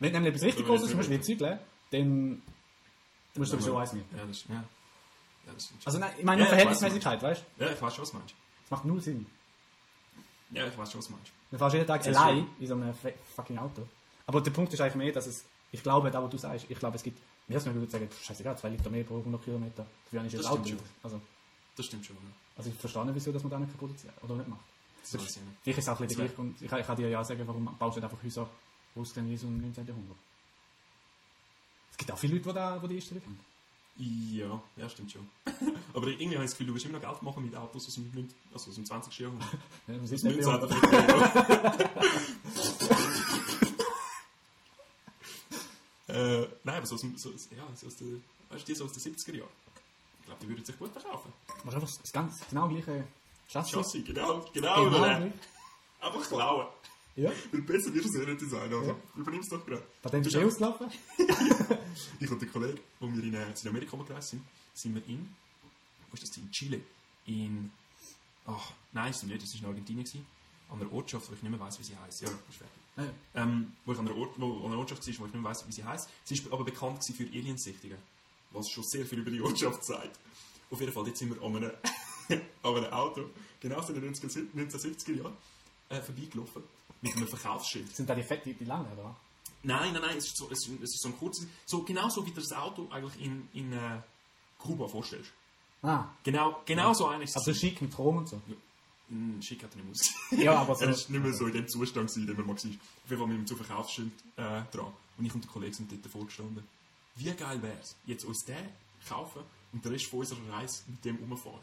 A: Wenn du nämlich etwas richtig
B: Aber wenn
A: Großes
B: ich
A: musst, wie
B: will.
A: Zügeln, dann musst du sowieso eins nehmen.
B: Ja, das, ja. Ja, das ist
A: Also nein, ich meine nur
B: Ja, ich weiss
A: Verhältnismäßigkeit, weißt du?
B: ja, ich weiß schon, was du meinst.
A: Das macht null Sinn.
B: Ja, ich weiß schon, was du meinst.
A: Dann fährst du jeden Tag
B: Das
A: allein in so einem fe- fucking Auto. Aber der Punkt ist eigentlich mehr, dass es, ich glaube, da, was du sagst, ich glaube, es gibt Wie hast du mir gut gesagt? Scheißegal, zwei Liter mehr pro 100 Kilometer. Für einen ist
B: Das
A: das
B: stimmt
A: Auto.
B: schon.
A: Also,
B: Das stimmt schon. Ja.
A: also ich verstehe nicht, wieso dass man das nicht kaputt zieht oder nicht macht.
B: Das weiß ich nicht.
A: Vielleicht ist es auch ein bisschen
B: Zwei.
A: der Gleiche. Und ich, kann- ich kann dir ja sagen, warum baust du nicht einfach Häuser aussehen wie so im 19. um Jahrhundert. Es gibt auch viele Leute, die da, die, die Einstellung haben.
B: Ja, ja, stimmt schon. Aber irgendwie habe ich das Gefühl, du willst immer noch Geld machen mit Autos aus dem, 19 also aus dem 20. Jahrhundert.
A: Ja, man sieht
B: Das
A: nicht mehr.
B: 19. Jahrhundert. äh, nein, aber so aus, dem- so, aus- ja, so aus, der, weißt du, die so aus den 70er Jahren. Ich glaube, die würden sich gut verkaufen.
A: Man hat einfach das ganz genau gleiche Chassis.
B: Chassis, genau, genau.
A: Genau
B: überlegt.
A: gleich.
B: Einfach klauen.
A: Ja.
B: Weil besser wirst du es eh nicht designen. Also, übernimm's doch gerade.
A: Patent
B: Du
A: ist
B: schaffst-
A: eh auslaufen.
B: Ich und der Kollege, wo wir in äh, Südamerika rumgereist sind, sind wir in, wo ist das denn? in Chile, in, ach, nein, sind wir nicht, das war in Argentinien, gewesen, an einer Ortschaft, wo ich nicht mehr weiss, wie sie heißt. Ja, ist fertig.
A: Nein.
B: Ähm, wo ich an einer, Ort, wo, an einer Ortschaft war, wo ich nicht mehr weiss, wie sie heißt. Sie ist aber bekannt gewesen für Aliensichtungen, was schon sehr viel über die Ortschaft sagt. Auf jeden Fall, jetzt sind wir an einem, an einem Auto, genau aus den 1970- 1970er Jahren, äh, vorbeigelaufen, mit einem Verkaufsschild.
A: Sind da die fett, die, die langen, oder?
B: Nein, nein, nein, es ist so, es ist, es ist so ein kurzes, so genauso wie du das Auto eigentlich in, in äh, Kuba vorstellst.
A: Ah,
B: Genau, genau so eigentlich.
A: also schick mit Rom und so.
B: Hm, schick hat er nicht aus.
A: Ja, aber so.
B: er ist nicht mehr so in dem Zustand gewesen, in dem er mal war. Auf jeden Fall mit dem zu Verkaufsschild äh, dran. Und ich und der Kollege sind dort davor gestanden. Wie geil wär's, jetzt uns den kaufen und den Rest von unserer Reise mit dem rumfahren.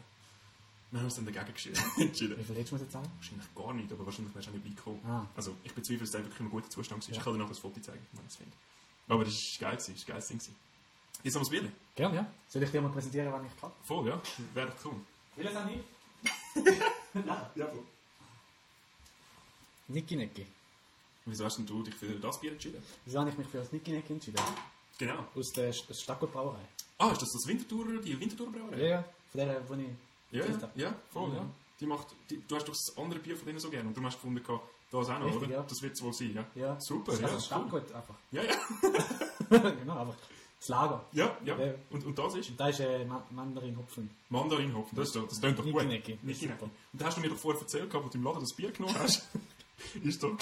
B: Dann haben wir uns dann dagegen geschi- entschieden.
A: Wie viel hättest du mir jetzt sagen?
B: Wahrscheinlich gar nicht, aber wahrscheinlich wärst du auch nicht beigekommen.
A: Ah.
B: Also ich bezweifle, dass der wirklich in einem guten Zustand war. Ich
A: Ja.
B: kann dir nachher ein Foto zeigen, wenn ich es finde. Aber das ist geil, gewesen, das ist ein geiles Ding. gewesen. Jetzt haben wir es wieder.
A: Gern, ja. Soll ich dir mal präsentieren, wann ich kann?
B: Voll, ja. Wäre doch cool.
A: Will es auch nicht?
B: Ja, voll.
A: Niki Necki.
B: Wieso hast denn du dich für das Bier entschieden?
A: Wieso habe ich mich für das Niki Necki entschieden?
B: Genau.
A: Aus der Sch- aus Stacco Brauerei.
B: Ah, ist das, das Winterthur, die Winterthur-Brauerei?
A: Ja, ja. Von der, wo ich.
B: ja,
A: gekauft
B: ja,
A: habe.
B: ja, voll, ja.
A: Mhm.
B: Die macht, die, du hast doch das andere Bier von denen so gerne und darum hast du gefunden, gehabt, das auch noch,
A: Richtig,
B: oder?
A: ja.
B: Das wird es wohl sein, ja?
A: ja.
B: Super,
A: Das
B: ja.
A: ist also
B: cool.
A: gut einfach.
B: Ja, ja.
A: genau, einfach. Das Lager.
B: Ja, ja.
A: Ja.
B: Und, und das ist?
A: Und da ist äh, Ma- Mandarin-Hopfen.
B: Mandarinhopfen, das, ist doch- das klingt doch gut.
A: Nicki-Necki.
B: Nicki-Necki. Und da hast du mir doch vorher erzählt, gehabt, wo du im Laden das Bier genommen hast. ist doch...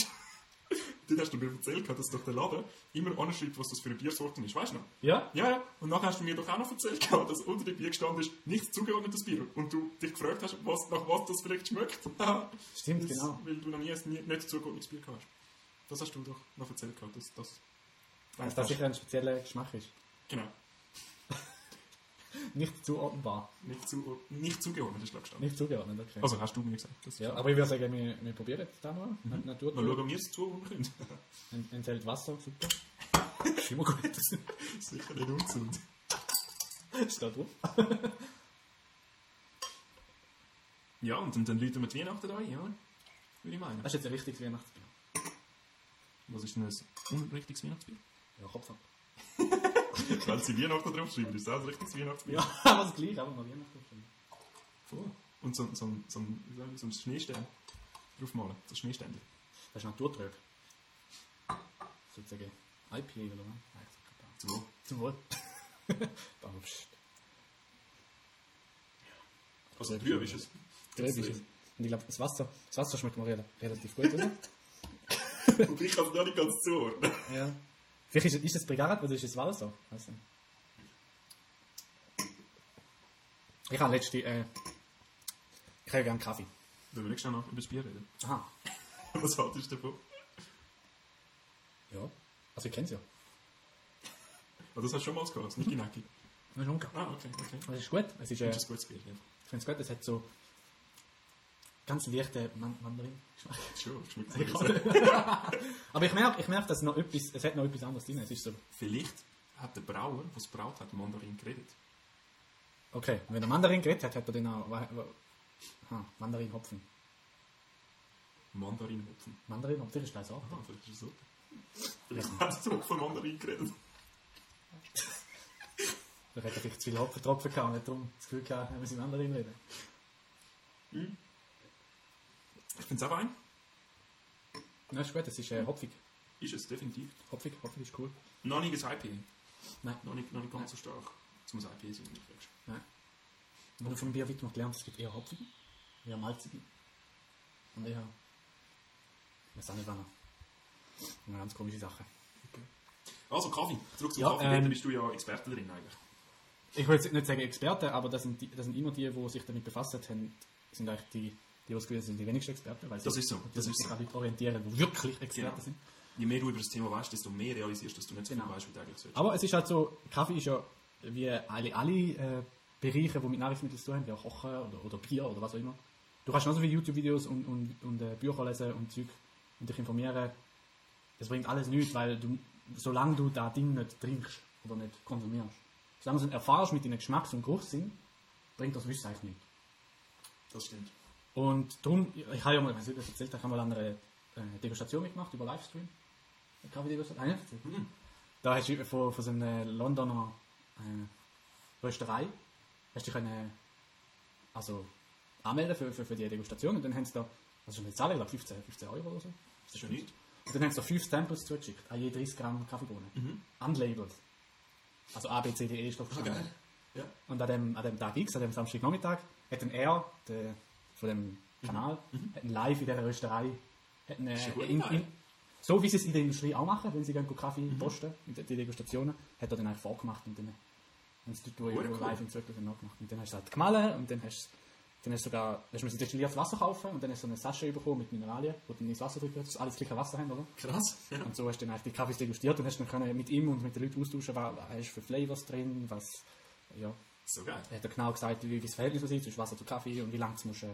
B: Dann hast du mir erzählt, gehabt, dass doch der Laden immer anschreibt, was das für eine Biersorte ist. Weißt du noch?
A: Ja?
B: Ja, ja. Und nachher hast du mir doch auch noch erzählt, gehabt, dass unter dem Bier gestanden ist, nichts zugeordnetes Bier. Und du dich gefragt hast, was, nach was das vielleicht schmeckt.
A: Stimmt,
B: Das-
A: genau.
B: Weil du noch nie ein nie- nicht zugeordnetes Bier gehabt hast. Das hast du doch noch erzählt, gehabt, dass das...
A: Dass das sicher ein spezieller Geschmack ist.
B: Genau.
A: Nicht zuordnenbar.
B: Nicht, zu, nicht zugeordnet ist, glaube ich, gestanden.
A: Nicht zugeordnet, okay.
B: Also hast du mir gesagt. Das
A: Ja, aber ich würde sagen, wir, wir probieren es da mal. Mhm. Natur
B: Mal schauen, ob wir es zuordnen können.
A: Ent- enthält halt Wasser, super. Ist immer gut.
B: Sicher nicht ungesund.
A: Steht drauf.
B: Ja, und dann, dann läuten wir die Weihnachten ein, ja? Würde ich meinen.
A: Das ist jetzt ein richtiges Weihnachtsbier.
B: Was ist denn ein unrichtiges Weihnachtsbier?
A: Ja, Kopf ab.
B: Weil sie Weihnachten draufschreiben, ist das auch ein richtiges Weihnachtsbier.
A: Ja, aber das gleiche, aber mal Weihnachten. schon.
B: Voll. Und so, so, so, ein- wie sagen wir, so ein Schneestern draufmalen, so ein Schneeständer.
A: Das ist naturtrüb. Sozusagen IPA oder was? Nein, das ist kein Plan.
B: Zum Wohl.
A: Zum Wohl. aber pst.
B: Also drüben ist es.
A: Trüb ist es. Und ich glaube, das Wasser, das Wasser schmeckt mir rel- relativ gut, oder?
B: Und ich kann es noch nicht ganz zuordnen.
A: ja. Vielleicht ist, es- ist es Brigarat oder ist es Walser? Weißt du? Ich habe letzte, äh, ich hätte gerne Kaffee.
B: Wollen wir nicht schnell noch über das Bier reden?
A: Aha.
B: Was haltest du davon?
A: Ja. Also ich kenne es ja.
B: Ah, das hast du schon mal gehabt, das Niki-Naki.
A: Das ist
B: Ah, okay, okay. Das
A: Es ist gut. Es ist, äh,
B: ist ein gutes Bier, ja.
A: ich finde es gut, es hat so ganz leichte Man Mandarin-Geschmack.
B: Schon, schmeckt sehr gut.
A: Aber ich merke, ich merke, dass noch etwas, es hat noch etwas anderes drin. Es ist so,
B: Vielleicht hat der Brauer, der es braut hat, Mandarin geredet.
A: okay, wenn er Mandarin geredet hat, hat er den auch, wa- wa- ha, Mandarin-Hopfen.
B: Mandarinhopfen.
A: Mandarin-Hopfen ist gleich so.
B: Ah, vielleicht ist es so. Vielleicht hat er auch von Mandarin geredet.
A: Da hat er vielleicht zu viel Hopfen getroffen gehabt und hat darum das Gefühl gehabt, er muss in Mandarin reden.
B: Ich finde es auch ein.
A: Na, ist gut, es ist äh, hopfig.
B: Ist es, definitiv.
A: Hopfig, hopfig ist cool.
B: Noch nicht ein IPA.
A: Nein,
B: Noch nicht, noch nicht ganz so stark. Zum ein IPA sein. nicht
A: nein. Ich habe vom Bier Wittmann gelernt, es gibt eher hopfig, eher malzige und eher, ich weiß auch nicht, wann. Eine ganz komische Sache.
B: Also Kaffee, zurück zum
A: Ja,
B: Kaffee, da
A: ähm,
B: bist du ja Experte drin eigentlich.
A: Ich will jetzt nicht sagen Experten, aber das sind, die, das sind immer die, die sich damit befasst haben, sind eigentlich die, die ausgewählt sind, die wenigsten Experten. Weil sie
B: Das ist so, das
A: sich
B: ist so.
A: an Leute orientieren, die wirklich Experten
B: Genau.
A: sind.
B: Je mehr du über das Thema weißt, desto mehr realisierst du, dass du nicht so
A: Genau.
B: viel weißt, wie du eigentlich sollst.
A: Aber es ist halt so, Kaffee ist ja wie alle, alle äh, Bereiche, die mit Nahrungsmitteln zu tun haben, wie auch Kochen oder, oder Bier oder was auch immer. Du kannst genauso viele YouTube-Videos und, und, und äh, Bücher lesen und Zeug und dich informieren. Das bringt alles nichts, weil du, solange du da Ding nicht trinkst oder nicht konsumierst, solange du es nicht erfährst mit deinen Geschmacks- und Geruchssinn, bringt das Wissen eigentlich nichts.
B: Das stimmt.
A: Und darum, ich, ich habe ja mal, ich weiß nicht, ob ich das erzählt habe, ich habe mal an einer äh, Degustation mitgemacht über Livestream. Eine Kaffeedegustation. Nein, nicht erzählt. Da hast du von, von so einer Londoner äh, Rösterei hast du dich können, also, anmelden für, für, für die Degustation und dann haben sie da, also schon bezahlt, ich glaube 15, 15 Euro oder so.
B: Das ist ja nicht.
A: Und dann haben sie da 5 Samples zugeschickt, an je 30 Gramm Kaffeebohnen.
B: Mhm.
A: Unlabeled. Also A, B, C, D, E ist drauf gestanden.
B: Ah, Ja.
A: Und an dem, an dem Tag X, an dem Samstagnachmittag, hat ein er, der von
B: Mhm.
A: dem Kanal, hat ein live in dieser Rösterei, hat eine,
B: ja gut,
A: in, in,
B: nein.
A: so wie sie es in der Industrie auch machen, wenn sie gehen Kaffee
B: Mhm.
A: posten, in die Degustationen, hat er dann eigentlich vorgemacht und dann haben sie die Tour
B: Gut,
A: irgendwo
B: cool.
A: live im Zirkel dann noch gemacht. Und dann hast du es halt gemahlen und dann hast du dann hast du sogar, hast du destilliertes Wasser kaufen und dann hast du so eine Sasche bekommen mit Mineralien, wo dann ins Wasser drückt, dass alles das gleiche Wasser haben, oder?
B: Krass. Ja.
A: Und so hast du dann eigentlich die Kaffees degustiert und hast dann können mit ihm und mit den Leuten austauschen, was was hast du für Flavors drin, was, ja,
B: So geil.
A: er hat ja genau gesagt, wie, wie das Verhältnis so ist zwischen Wasser zu Kaffee und wie lange du musst äh,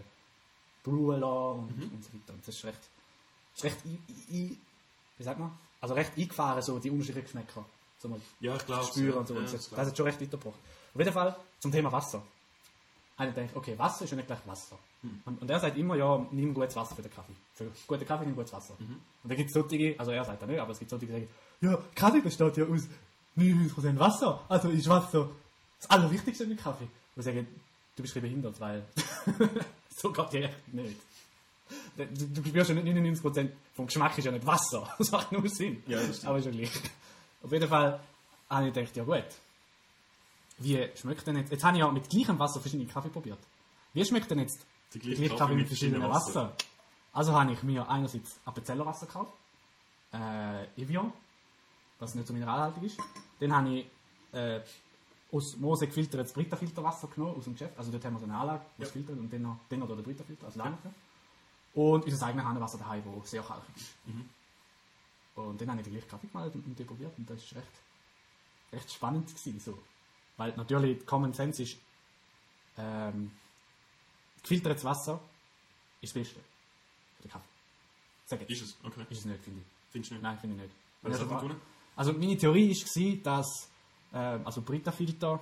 A: brewen lassen und, und so weiter. Und das ist recht, ist recht i, i, i, wie sagt man? Also recht eingefahren, so die unterschiedlichen Geschmäcker. So mal
B: Ja, ich glaub's,
A: spüren
B: ja.
A: und so.
B: Ja,
A: und so. Also,
B: ich
A: Das
B: glaub's.
A: hat schon recht weitergebracht. Auf jeden Fall zum Thema Wasser. Einer denkt, okay, Wasser ist ja nicht gleich Wasser.
B: Hm.
A: Und, und er sagt immer, ja, nimm gutes Wasser für den Kaffee. Für guten Kaffee nimm gutes Wasser.
B: Mhm.
A: Und dann gibt es solche, also er sagt ja nicht, aber es gibt solche, die sagen, ja, Kaffee besteht ja aus 99% Wasser. Also ist Wasser das Allerwichtigste mit Kaffee. Und sagen, du bist ein bisschen behindert, weil so geht ja echt nicht. Du, du spürst ja nicht 99% vom Geschmack ist ja nicht Wasser. Das macht nur Sinn.
B: Ja, das stimmt.
A: aber ist ja gleich. Auf jeden Fall habe ich gedacht, ja gut, wie schmeckt denn jetzt, jetzt habe ich ja mit gleichem Wasser verschiedene Kaffee probiert. Wie schmeckt denn jetzt
B: Die
A: der
B: gleiche
A: gleiche
B: Kaffee
A: Kaffee mit
B: mit
A: verschiedenen
B: verschiedenem
A: Wasser?
B: Wasser.
A: Also habe ich mir einerseits Appenzeller Wasser gekauft, äh, Evian, was nicht so mineralhaltig ist. Dann habe ich äh, Osmose gefiltertes Brita-Filterwasser genommen aus dem Geschäft. Also dort haben wir so eine Anlage, die
B: Ja.
A: es filtert und dann noch, dann noch den Brita-Filter, also Leinke. Und unser eigenes Hahnenwasser daheim, das sehr kalkig ist. Und dann habe ich den gleichen Kaffee gemalt und, und den probiert und das ist recht, recht spannend gewesen, so. Weil natürlich Common Sense ist, ähm, gefiltertes Wasser ist das Beste für den Kaffee. Sag ich.
B: Ist es? Okay.
A: Ist es nicht, finde ich.
B: Findest du nicht?
A: Nein, finde ich nicht.
B: Was hat
A: also,
B: er gewonnen?
A: also meine Theorie war, dass ähm, also Brita-Filter,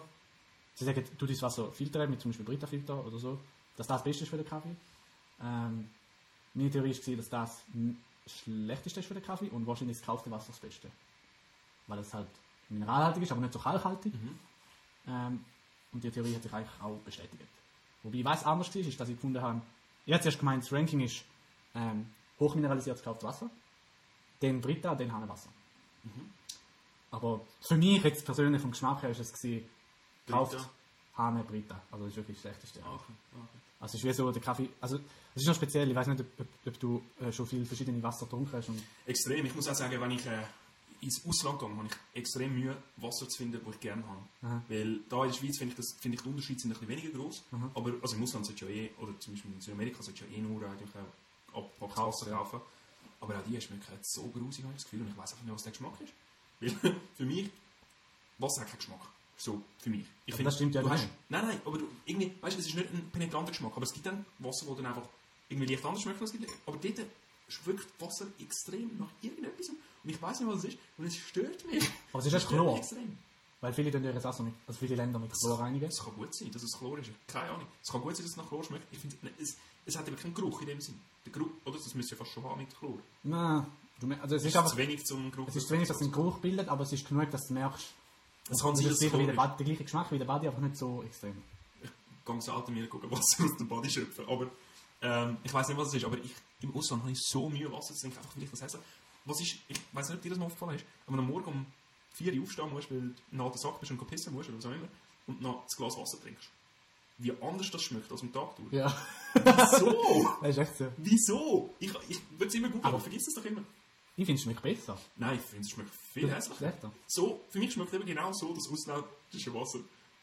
A: sie sagen, du das Wasser filtern mit zum Beispiel Brita-Filter oder so, dass das das Beste ist für den Kaffee. Ähm, meine Theorie war, dass das m- Schlechteste ist für den Kaffee und wahrscheinlich ist das gekaufte Wasser das Beste. Weil es halt mineralhaltig ist, aber nicht so kalkhaltig. Ähm, und die Theorie hat sich eigentlich auch bestätigt. Wobei, was anders war, ist, dass ich gefunden habe, ich habe zuerst gemeint, das Ranking ist ähm, hochmineralisiertes gekauftes Wasser, dann Brita, dann Hahnenwasser. Aber für mich jetzt persönlich vom Geschmack her ist es gewesen, kauft
B: Brita.
A: Hahne Brita. Also das ist wirklich das Schlechteste.
B: Ah, Okay. Ah, okay.
A: Also es ist wie so der Kaffee, also es ist noch speziell, ich weiß nicht, ob, ob, ob du äh, schon viel verschiedene Wasser getrunken hast und
B: Extrem. Ich muss auch sagen, wenn ich äh, ins Ausland gehe, habe ich extrem Mühe, Wasser zu finden, das ich gerne habe.
A: Aha.
B: Weil da in der Schweiz finde ich, das, finde ich die Unterschiede sind ein bisschen weniger groß. Aber also im Ausland sollte ja eh, oder zum Beispiel in Südamerika sollte ja eh nur eigentlich auch abgepackt
A: Kaufen,
B: Wasser
A: ja.
B: kaufen. Aber auch die schmecken jetzt so grusig, habe ich das Gefühl. Und ich weiß einfach nicht, was der Geschmack ist. Weil für mich, Wasser hat keinen Geschmack. So, für mich. Ich
A: das stimmt ja
B: du
A: nicht.
B: hast- Nein, nein, aber du, irgendwie, weißt du, es ist nicht ein penetranter Geschmack, aber es gibt dann Wasser, wo dann einfach irgendwie leicht anders schmeckt als es gibt. Aber dort schmeckt Wasser extrem nach irgendetwas und ich weiß nicht, was es ist und es stört mich.
A: Aber es ist echt
B: stört mich
A: Chlor.
B: extrem.
A: weil viele tun ihr Wasser mit, also viele Länder mit Chlor reinigen.
B: Es kann gut sein, dass es Chlor ist. Keine Ahnung. Es kann gut sein, dass es nach Chlor schmeckt. Ich finde, es, es hat eben keinen Geruch in dem Sinn. Der Geruch, oder? Das müsst ihr fast schon haben mit Chlor.
A: Nein, du mer- also es ist
B: Es ist zu
A: einfach,
B: wenig zum Geruch.
A: es ist zu wenig, dass es einen Geruch bildet, aber es ist genug, dass du merkst,
B: Es kann
A: und
B: sein,
A: es ist
B: dass es
A: sicher wie der,
B: Chlor ist.
A: Bad, der gleiche Geschmack wie der Body, aber nicht so extrem.
B: gehe selten halt mir gucken, Wasser aus dem Body schöpfen. Aber ähm, ich weiß nicht, was es ist. Aber ich, im Ausland habe ich so Mühe, Wasser zu trinken, einfach weil ich das esse. Was ist, ich weiß nicht, ob dir das mal aufgefallen ist, aber am Morgen um 4 Uhr aufstehen musst, weil du nach der Sache bist und pissen musst oder was auch immer, und noch ein Glas Wasser trinkst. Wie anders das schmeckt als am Tag durch.
A: Ja,
B: So!
A: das ist echt so.
B: Wieso? Ich, ich würde es immer googeln, aber
A: Aber-
B: vergiss es doch immer.
A: Ich finde es schmeckt besser.
B: Nein, ich finde, es schmeckt viel hässlicher.
A: Schlechter.
B: So, für mich schmeckt eben genau so das ausländische Wasser.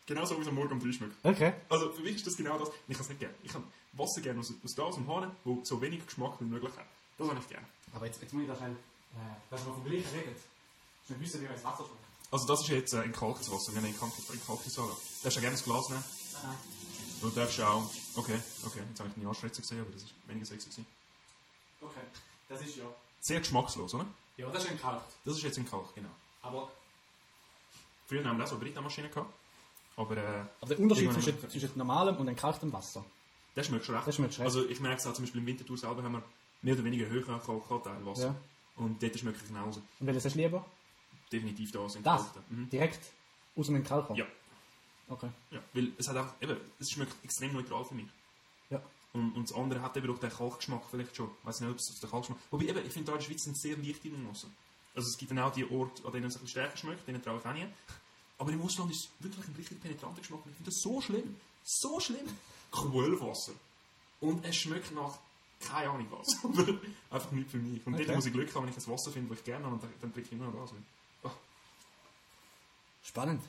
B: Genau so, wie es am Morgen um drei schmeckt.
A: Okay.
B: Also für mich ist das genau das. Und Ich kann es nicht gerne. Ich kann Wasser gerne aus, aus da, aus dem Hahn, wo so wenig Geschmack wie möglich hat. Das habe ich gerne.
A: Aber jetzt, jetzt muss ich da schnell, äh, dass wir vom gleichen reden. Ich will wissen, wie man das Wasser schmeckt.
B: Also das ist jetzt äh, ein kaltes Wasser, wir haben einen kalten einen kalten Salat. Darfst du auch gerne ein Glas nehmen?
A: Nein.
B: Du darfst auch... Okay, okay. Jetzt habe ich deine Anschritte gesehen, aber das ist weniger sexy gewesen.
A: Okay. Das ist ja.
B: Sehr geschmackslos, oder?
A: Ja, das ist ein Kalk.
B: Das ist jetzt ein Kalk, genau.
A: Aber,
B: Früher haben wir auch so eine Britnamaschine gehabt. Aber äh,
A: aber der Unterschied
B: irgendwann
A: zwischen,
B: haben wir-
A: zwischen normalem und entkalktem Wasser.
B: Das schmeckt schon recht.
A: Das schmeckt schon recht.
B: Also ich merke es auch zum Beispiel im Winterthur selber haben wir mehr oder weniger höheren Kalkanteil Wasser.
A: Ja.
B: Und dort schmeckt es genauso.
A: Und welches hast du lieber?
B: Definitiv da sind
A: Das.
B: Kalkte. Mhm.
A: Direkt aus dem Entkalker.
B: Ja.
A: Okay.
B: ja, weil es hat einfach, eben, es schmeckt extrem neutral für mich.
A: Ja.
B: Und, und das andere hat eben auch den Kalkgeschmack vielleicht schon. Ich weiß nicht, ob es den Kalkgeschmack... Wobei eben, ich finde da in der Schweiz sind sehr leichte Nuancen. Also es gibt dann auch die Orte, an denen es ein bisschen stärker schmeckt, denen traue ich auch nie. Aber im Ausland ist es wirklich ein richtig penetranter Geschmack. Und Ich finde das so schlimm. So schlimm. Quellwasser. Und es schmeckt nach keine Ahnung was. Aber einfach nicht für mich. Und
A: Okay.
B: dort muss ich Glück haben, wenn ich das Wasser finde, das ich gerne habe, und dann, dann trinke ich immer noch das.
A: Spannend.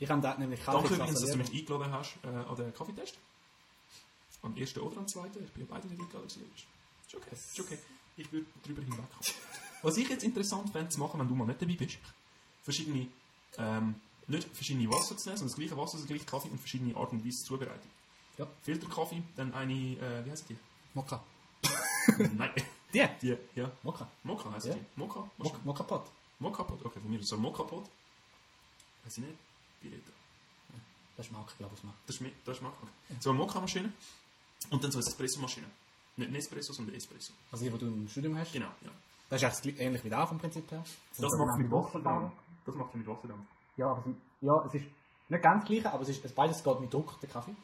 A: Ich habe da nämlich
B: Danke
A: kaltes
B: übrigens, dass
A: Wasser.
B: du
A: lieber.
B: mich eingeladen hast äh, an den Kaffeetest. Am ersten oder am zweiten. Ich bin ja beide nicht eingeladen. gewesen. Ist okay. Ist okay. Ich würde darüber hinwegkommen. Was ich jetzt interessant fände zu machen, wenn du mal nicht dabei bist, verschiedene, ähm, nicht verschiedene Wasser zu nehmen, sondern das gleiche Wasser, das gleiche Kaffee und verschiedene Art und Weise zubereitet.
A: Ja.
B: Filterkaffee, dann eine, äh, wie heißt die?
A: Mokka.
B: Nein.
A: Die?
B: Die, ja.
A: Mokka.
B: Mokka heisst
A: Ja.
B: die. Mokka?
A: Mok- Mokka-Pot.
B: Mokka-Pot? Okay, von mir ist es ein Mokka-Pot. Weiß ich nicht. Birita.
A: Das ist Mokka, glaube ich. mal.
B: Das ist, mi- das ist Mokka. So eine Mokka-Maschine und dann so eine Espresso-Maschine. Nicht ein Espresso, sondern Espresso.
A: Also die, die du im Studium hast.
B: Genau, ja.
A: Das ist eigentlich das gleiche- ähnlich wie da vom Prinzip her.
B: Das macht mit Wasserdampf. Das macht mit Wasserdampf.
A: Ja, aber es, ja, es ist nicht ganz gleich, aber es ist, es beides geht mit Druck, der Kaffee.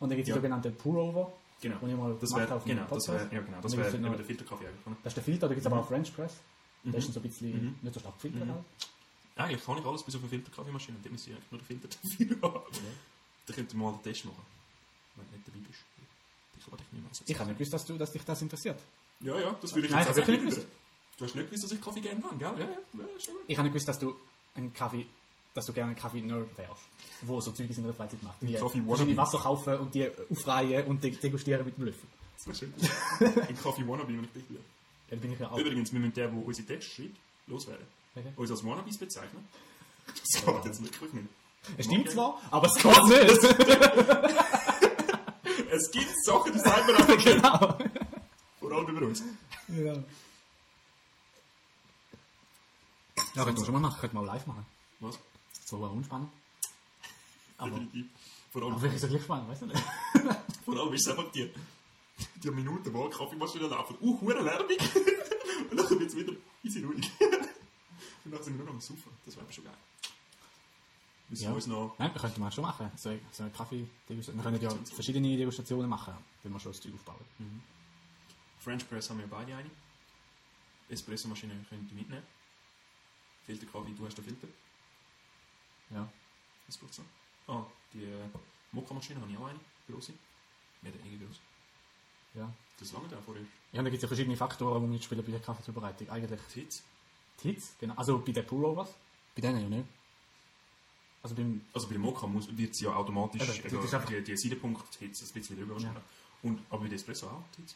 A: Und dann gibt es
B: Ja.
A: den sogenannten Pour-Over.
B: Genau.
A: Den ich mal
B: Das
A: gemacht
B: wäre,
A: habe auf dem
B: genau, das
A: Podcast.
B: wäre, ja genau,
A: Und dann
B: das wäre
A: gibt's noch-
B: eben der Filterkaffee eigentlich. oder?
A: Das ist der Filter, da gibt es aber auch French Press. Der ist dann so ein bisschen
B: Mhm.
A: nicht so stark gefiltert. halt.
B: Eigentlich kann ich alles bis auf eine Filterkaffeemaschine, dem müsste ich eigentlich nur den Filter dafür haben. Dann könnten wir mal einen Test machen. Wenn du nicht dabei bist. Ich lade dich nicht mehr ersetzen.
A: Ich habe nicht gewusst, dass, du, dass dich das interessiert.
B: Ja, ja, das würde ich
A: Nein,
B: jetzt
A: ich hab
B: auch
A: wirklich
B: nicht wissen. Du hast nicht gewusst, dass ich Kaffee gerne mag, gell? Ja, ja, ja, schon.
A: Ich habe nicht gewusst, dass du einen Kaffee, dass du gerne einen Kaffee-Nerd wärst. Wo so Zeugs in der Freizeit macht. Wie
B: Kaffee-Wannabe.
A: verschiedene Wasser kaufen und die aufreihen und deg- degustieren mit dem Löffel.
B: Das wäre schön. Ein Kaffee-Wannabe, wenn ich dich liebe.
A: Dann bin ich ja auch.
B: Übrigens, wir müssen der, der unsere Tests schreibt, loswerden.
A: Okay.
B: Uns als Wannabes bezeichnen. Das geht jetzt wirklich nicht.
A: Es stimmt
B: Okay.
A: zwar, aber es geht nicht.
B: Es gibt Sachen, die sagen wir einfach nicht.
A: genau.
B: Vor allem über uns.
A: Ja. Ja, könnte man schon mal machen, könnte man auch live machen.
B: Was?
A: So war unspannend. Aber,
B: Definitiv. Vor
A: aber
B: allem,
A: vielleicht ist es gleich spannend, weißt du nicht?
B: vor allem ist es einfach die, die Minuten, wo die Kaffeemaschine laufen. Uh, hure Lärmig. Und dann wird es wieder easy ruhig. Und dann sind wir nur noch am Saufen. Das wäre schon geil. Müssen wir uns noch...
A: Nein, wir könnten mal schon machen. So, so eine Kaffee-Degustation. Wir können ja verschiedene Degustationen machen, wenn wir schon das Zeug aufbauen.
B: French Press haben wir beide eine. Espresso-Maschine könnt ihr mitnehmen. Filterkaffee, du hast den Filter.
A: Ja.
B: Was braucht's noch? Ah, die äh, Mokka-Maschine habe ich auch eine. Grosse. Mehr oder weniger gross.
A: ja.
B: Das lange da vorher.
A: Ja, und da gibt es ja verschiedene Faktoren, die mitspielen bei der Kaffeezubereitung. Eigentlich
B: Die Hitze.
A: die Hitze, genau. Also bei den Pullovers. Bei denen ja nicht. Also beim...
B: Also bei der Mokka wird es ja automatisch
A: Eben, das ist einfach-
B: die, die Seidenpunkt-Hitze ein bisschen drüber wahrscheinlich. Und, aber bei der Espresso auch die Hitze.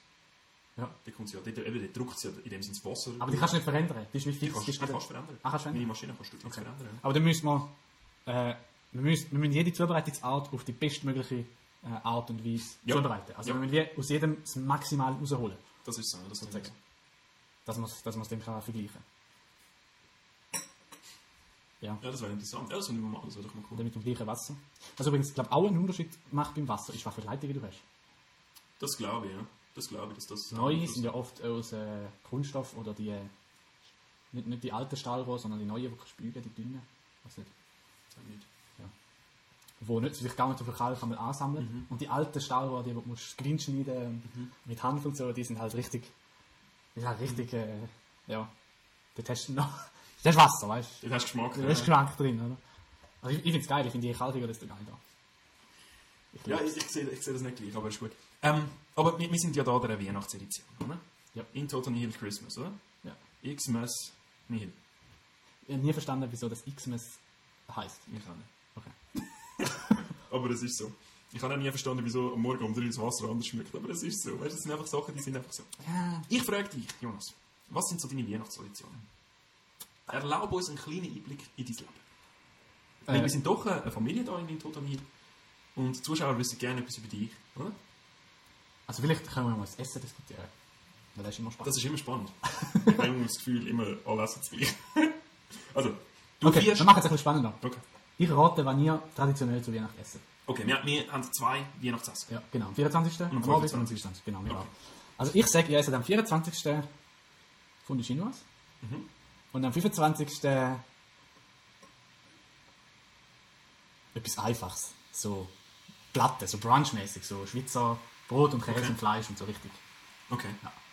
A: Ja.
B: Da kommt ja, dort, eben, dort drückt es ja in dem Sinne das Wasser.
A: Aber die kannst du nicht verändern. Die ist wie
B: die
A: fix.
B: kannst
A: die
B: du
A: ist
B: kannst du
A: wieder-
B: fast verändern.
A: Ah, kannst du
B: Meine
A: verändern?
B: Maschine kannst du kannst verändern.
A: Aber dann müssen wir... Äh, wir, müssen, wir müssen jede Zubereitungsart auf die bestmögliche äh, Art und Weise
B: Ja.
A: zubereiten. Also
B: Ja.
A: wir müssen wie aus jedem das Maximal rausholen.
B: Das ist so, das ist
A: Sozusagen.
B: so.
A: dass man es dass man's dem kann vergleichen Ja,
B: Ja, das wäre interessant. Ja, das müssen wir mal machen, das wäre doch mal
A: und
B: cool.
A: damit dem gleichen Wasser. Was übrigens, glaube auch einen Unterschied macht beim Wasser, ist, was für Leitungen du hast.
B: Das glaube ich, ja. Das glaube ich, dass das...
A: Neue
B: das,
A: sind ja oft aus äh, Kunststoff oder die, äh, nicht, nicht die alten Stahlrohre, sondern die neuen, die kannst du bügen, die dünnen, was nicht,
B: Sag nicht.
A: wo nicht, sich gar nicht so viel Kalk einmal ansammeln.
B: Mhm.
A: Und die alten Stahlrohre, die, die du musst grün schneiden mit Hand und so, die sind halt richtig, die sind halt richtig, äh, ja, die testen noch. Das ist Wasser, weißt du?
B: Dort hast du Geschmack.
A: Da ist
B: ja.
A: Geschmack drin, oder? Also ich, ich finde es geil, ich finde die Kaltiger desto geiler.
B: Ja, ich, ich, sehe, ich sehe das nicht gleich, aber ist gut. Ähm, aber wir, wir sind ja da der Weihnachtsedition, oder?
A: Ja.
B: In Total Nearly Christmas, oder?
A: Ja.
B: Xmas Nihil.
A: Ich habe nie verstanden, wieso das Xmas heisst.
B: Ich auch nicht.
A: Okay.
B: Aber es ist so. Ich habe auch nie verstanden, wieso am Morgen um drei das Wasser anders schmeckt. Aber es ist so. Weißt du, das sind einfach Sachen, die sind einfach so.
A: Ja.
B: Ich frage dich, Jonas, was sind so deine Weihnachtstraditionen? Erlaube uns einen kleinen Einblick in dein Leben. Weil wir sind doch eine eine Familie da in Totamil. Und die Zuschauer wissen gerne etwas über dich, oder?
A: Also vielleicht können wir mal das Essen diskutieren. Weil das ist immer spannend.
B: Das ist immer spannend. ich habe immer das Gefühl, immer alle essen das Gleiche. also, du
A: okay,
B: vierst...
A: wir machen es ein bisschen spannender.
B: Okay.
A: Ich rate, wann ihr traditionell zu Weihnachten essen.
B: okay, wir, wir haben zwei Weihnachtsessen.
A: Ja, genau. Am 24.
B: am
A: am Abend
B: 25..
A: und am 27. Genau, wir
B: Okay.
A: auch. Also ich sage, ihr esst am 24. Funde Chinois.
B: Mhm.
A: Und am 25. etwas Einfaches. So Platte, so brunchmäßig, so Schweizer Brot und Käse
B: Okay.
A: und Fleisch und so richtig.
B: Okay.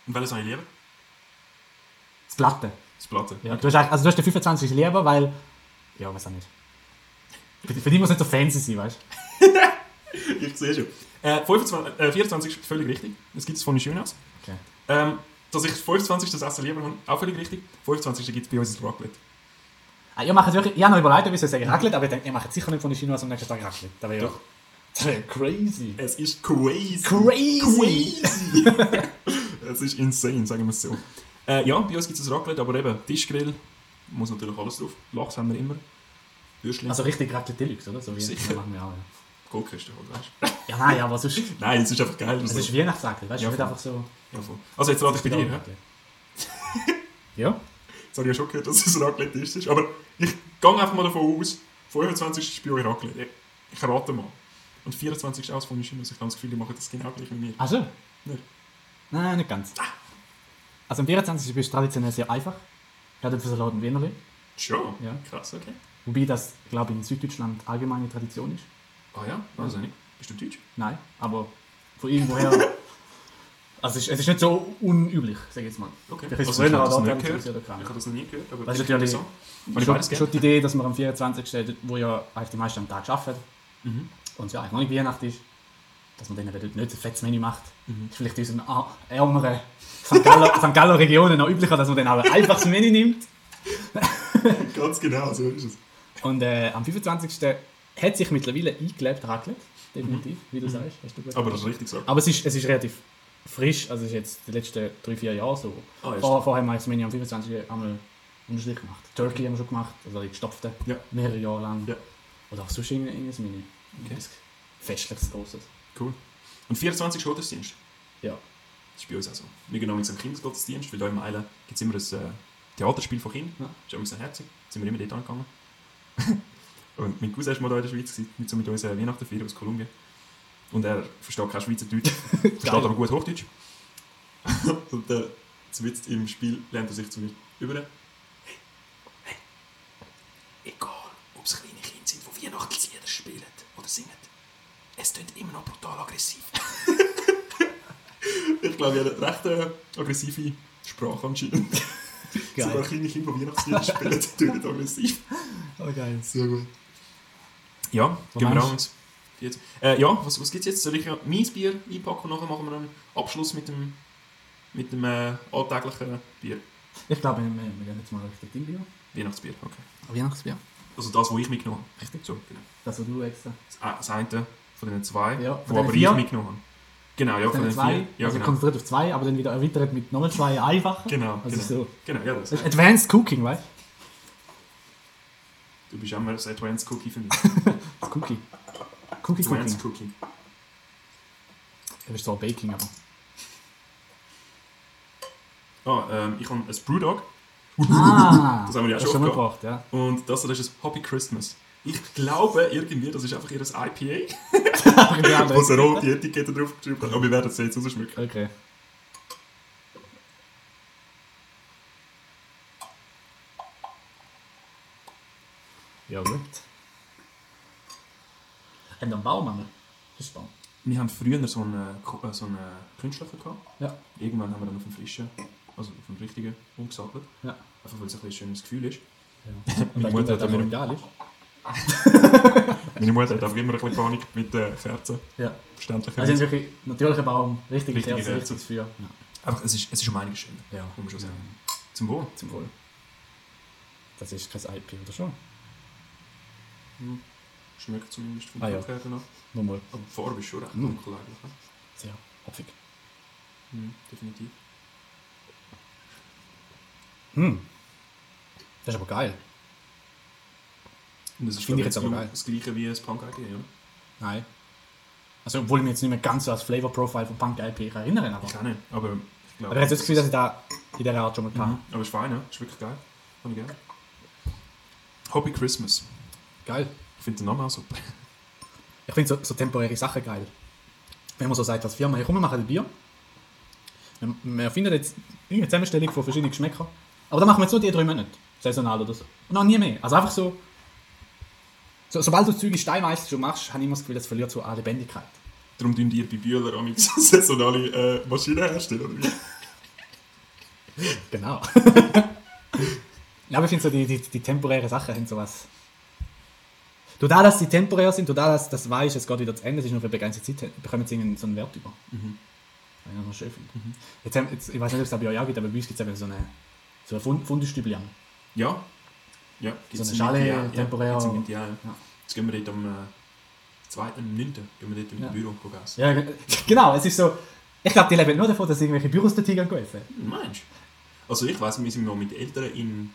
B: Und welches soll ich lieber?
A: Das Platte.
B: Das Platte.
A: Ja, du hast, eigentlich- also du hast den 25 lieber, weil. Ja, weiß auch nicht. Für, die- für die muss nicht so fancy sein, weißt du?
B: Ich sehe schon. Äh, 25, äh, 24 ist völlig richtig. Das gibt es von schön aus.
A: Okay.
B: Ähm, dass ich 25 das Essen lieber habe, auch völlig richtig. 25 gibt es bei uns das Raclette.
A: Ah, ihr macht wirklich, ich habe noch überlegt, ob ich sagen Raclette, aber ich denke, ihr macht sicher nicht von den Chinois am nächsten Tag Raclette. Das wäre ja
B: Doch.
A: das wäre crazy.
B: Es ist crazy.
A: Crazy!
B: es ist insane, sagen wir es so. Äh, ja, bei uns gibt es ein Raclette, aber eben Tischgrill. Muss natürlich alles drauf. Lachs haben wir immer. Würstchen.
A: Also richtig Raclette Deluxe, oder? So wie
B: Sicher.
A: machen wir auch.
B: Kohlkiste halt, weißt
A: Ja,
B: du.
A: ja nein, aber sonst,
B: Nein, es ist einfach geil.
A: es ist Weihnachtsraclette, weißt du?
B: Ja,
A: es wird
B: voll.
A: einfach so...
B: ja, voll. Also jetzt rate ich bei dir. hä?
A: ja?
B: Jetzt habe ich ja schon gehört, dass es Raclette ist. ist. Aber ich gehe einfach mal davon aus, 25 ist bei euch Raclette. Ich rate mal. Und 24 ist aus von Mischung. Ich habe das Gefühl, die machen das genau gleich wie mir.
A: Ach so?
B: Nicht.
A: Nein, nicht ganz. Also am 24. bist du traditionell sehr einfach. Kartoffelsalat und Wienerli.
B: Schon?
A: Ja.
B: Krass, okay.
A: Wobei das, glaube ich, in Süddeutschland allgemeine Tradition ist.
B: Ah ja, also nicht. Bist du Deutsch?
A: Nein, aber von irgendwoher... also es ist, es ist nicht so unüblich, sag ich jetzt mal.
B: Okay. Also
A: Vielleicht ist
B: ich
A: früher
B: habe das
A: auch
B: nie
A: dort
B: gehört.
A: haben sie oder
B: Ich
A: keine.
B: habe das noch nie gehört, aber
A: Weißt du,
B: ich finde
A: natürlich-
B: das so. Weil ich
A: schon,
B: beides
A: schon
B: gerne.
A: die Idee, dass man am 24. dort, wo ja eigentlich die meisten am Tag arbeiten
B: Mhm.
A: und es ja eigentlich noch nicht Weihnacht ist, dass man dann eben dort nicht ein fettes Menü macht.
B: Mhm.
A: Ist vielleicht in unseren a- ärmeren St. Galler, St. Galler Regionen noch üblicher, dass man dann auch ein einfaches Menü nimmt.
B: Ganz genau, so ist es.
A: Und äh, am 25. hat sich mittlerweile eingelebt Raclette, definitiv, wie du sagst. Hast du gut
B: Mhm. Aber das ist richtig gesagt.
A: Aber es ist, es ist relativ frisch, also es ist jetzt die letzten drei, vier Jahre so.
B: Ah, ja,
A: Vor, vorher haben wir das Menü am 25. einmal unterschiedlich gemacht. Turkey haben wir schon gemacht, also die gestopfte,
B: Ja.
A: mehrere Jahre lang.
B: Ja.
A: Oder auch sonst irgendein irgendein Menü.
B: Okay.
A: Etwas Festliches, Grosses.
B: Cool. Und 24 ist Gottesdienst.
A: Ja.
B: Das ist bei uns auch so. Wir gehen übrigens am Kindesgottesdienst, weil da im Eilen gibt es immer ein äh, Theaterspiel von Kindern.
A: Ja.
B: Ist übrigens ein herzig. Sind wir immer dort angegangen. und mein Cousin ist mal da in der Schweiz, gewesen, mit, so mit unserer Weihnachtenfeier aus Kolumbien. Und er versteht kein Schweizerdeutsch, versteht aber gut Hochdeutsch. und äh, zum Witz im Spiel lernt er sich zu mir über. Hey, hey, egal, ob es kleine Kinder sind, die Weihnachtslieder spielen oder singen, es tönt immer noch brutal aggressiv. Ich glaube, er hat recht äh, aggressive Sprache anscheinend.
A: Geil.
B: Sogar kleine Kinder, die Weihnachtslieder spielen, tönen aggressiv.
A: Oh geil.
B: Sehr gut. Ja,
A: Was
B: gehen wir
A: meinst
B: an. uns. Jetzt. Äh, ja, was, was gibt es jetzt? Soll ich ja mein Bier einpacken und nachher machen wir einen Abschluss mit dem, mit dem äh, alltäglichen Bier?
A: Ich glaube, wir, wir gehen jetzt mal Richtung Timbier.
B: Weihnachtsbier, okay.
A: Weihnachtsbier.
B: Also das, was ich mitgenommen habe. Richtig? So, genau.
A: Das, was du extra.
B: Das, äh, das eine von den zwei,
A: Ja,
B: wo
A: von den
B: aber
A: vier.
B: ich mitgenommen habe. Genau, ja, von
A: Dann
B: den
A: zwei,
B: vier. Ja,
A: also
B: genau.
A: konzentriert auf zwei, aber dann wieder erweitert mit nochmal zwei einfachen.
B: Genau,
A: Also
B: genau.
A: so.
B: genau ja, das.
A: Das ist Advanced Cooking, weißt du?
B: Du bist immer ein Advanced Cookie für mich.
A: Das Cookie. Cookie Cooking.
B: Advanced Cookie.
A: Du bist zwar Baking, aber.
B: Ah, ähm, ich habe ein Brewdog
A: Ah!
B: Das haben wir ja
A: hast
B: schon
A: du mal
B: gehabt.
A: gebracht, ja.
B: und das hier ist ein Hobby Christmas. Ich glaube irgendwie, das ist einfach ihr IPA, wo sie rote Etikette draufgeschrieben haben. Aber wir werden es jetzt rausschmecken.
A: Okay. Ja, gut. Und am Baum haben wir. Das ist spannend.
B: Wir haben früher so einen, äh, Ko- äh, so einen äh, künstlichen gehabt.
A: Ja.
B: Irgendwann haben wir dann auf den frischen, also auf den richtigen, umgesattelt.
A: Ja.
B: Einfach weil es ein bisschen ein schönes Gefühl ist.
A: Und
B: Meine Mutter hat
A: dann
B: mir-
A: egal ist.
B: Meine Mutter hat einfach immer ein bisschen Panik mit äh, Kerzen.
A: Ja. Also, es
B: Verständlicherweise.
A: ist wirklich natürlicher Baum, richtig
B: Richtige
A: Kerze,
B: Kerze.
A: richtiges Feuer.
B: Einfach, es ist, es ist um einiges schöner,
A: Ja.
B: muss man schon sagen. Zum Wohl.
A: Zum Wohl. Das ist kein IP, oder schon?
B: Schmeckt zumindest vom
A: Ah, ja.
B: Geruch her danach.
A: Nur mal.
B: Aber die Farbe ist schon recht
A: Mhm.
B: dunkel eigentlich. ne?
A: Sehr hopfig. Mm.
B: Mhm, definitiv.
A: Hm. Das ist aber geil.
B: Und das ist
A: Finde ich
B: glaub
A: jetzt aber
B: genau
A: geil.
B: Das gleiche wie das Punk IPA, oder?
A: Nein. Also, obwohl ich mich jetzt nicht mehr ganz so als Flavor Profile von Punk IP kann erinnern aber.
B: Ich kann nicht, aber ich glaube.
A: Aber ich habe das Gefühl, dass ich da in dieser Art schon mal kann.
B: Mhm. Aber ist fein, ne? Ist wirklich geil. Fand ich gerne. Hobby Christmas.
A: Geil.
B: Ich finde den Namen auch super.
A: Ich finde so, so temporäre Sachen geil. Wenn man so sagt, als Firma, hey, komm, wir machen ein Bier. Wir, wir erfinden jetzt irgendeine Zusammenstellung von verschiedenen Geschmäckern. Aber dann machen wir jetzt nur die drei Monate. Saisonal oder so. Und dann nie mehr. Also einfach so, so sobald du Züge in Stein weißt, schon machst, habe ich immer das Gefühl, das verliert so an Lebendigkeit.
B: Darum tun die bei Bühler am liebsten saisonale äh, Maschinen herstellen, oder wie?
A: Genau. ja, aber ich finde so, die, die, die temporären Sachen haben sowas. Du da, dass sie temporär sind, du da, dass das weiß, es geht wieder zu Ende, es ist nur für begrenzte Zeit, bekommen sie irgendeinen so einen Wert über. Weil ich das noch schön finde. Jetzt, haben, jetzt, ich weiß nicht, ob es da bei euch auch gibt, aber bei uns gibt es eben so eine, so eine Fund, Fundestübli an.
B: Ja. Ja, gibt's
A: eine
B: in
A: Schale,
B: Indiana,
A: temporär.
B: Ja, gibt's in Indiana, ja.
A: Ja.
B: Jetzt gehen wir dort am äh, 2. 9. gehen wir dort im
A: Ja.
B: Büro und essen.
A: Ja, ge- genau, es ist so, ich glaube, die leben nur davon, dass irgendwelche Büros dort hingehen und essen.
B: Hm, Meinst du? Also ich weiss, wir sind mal mit den Eltern in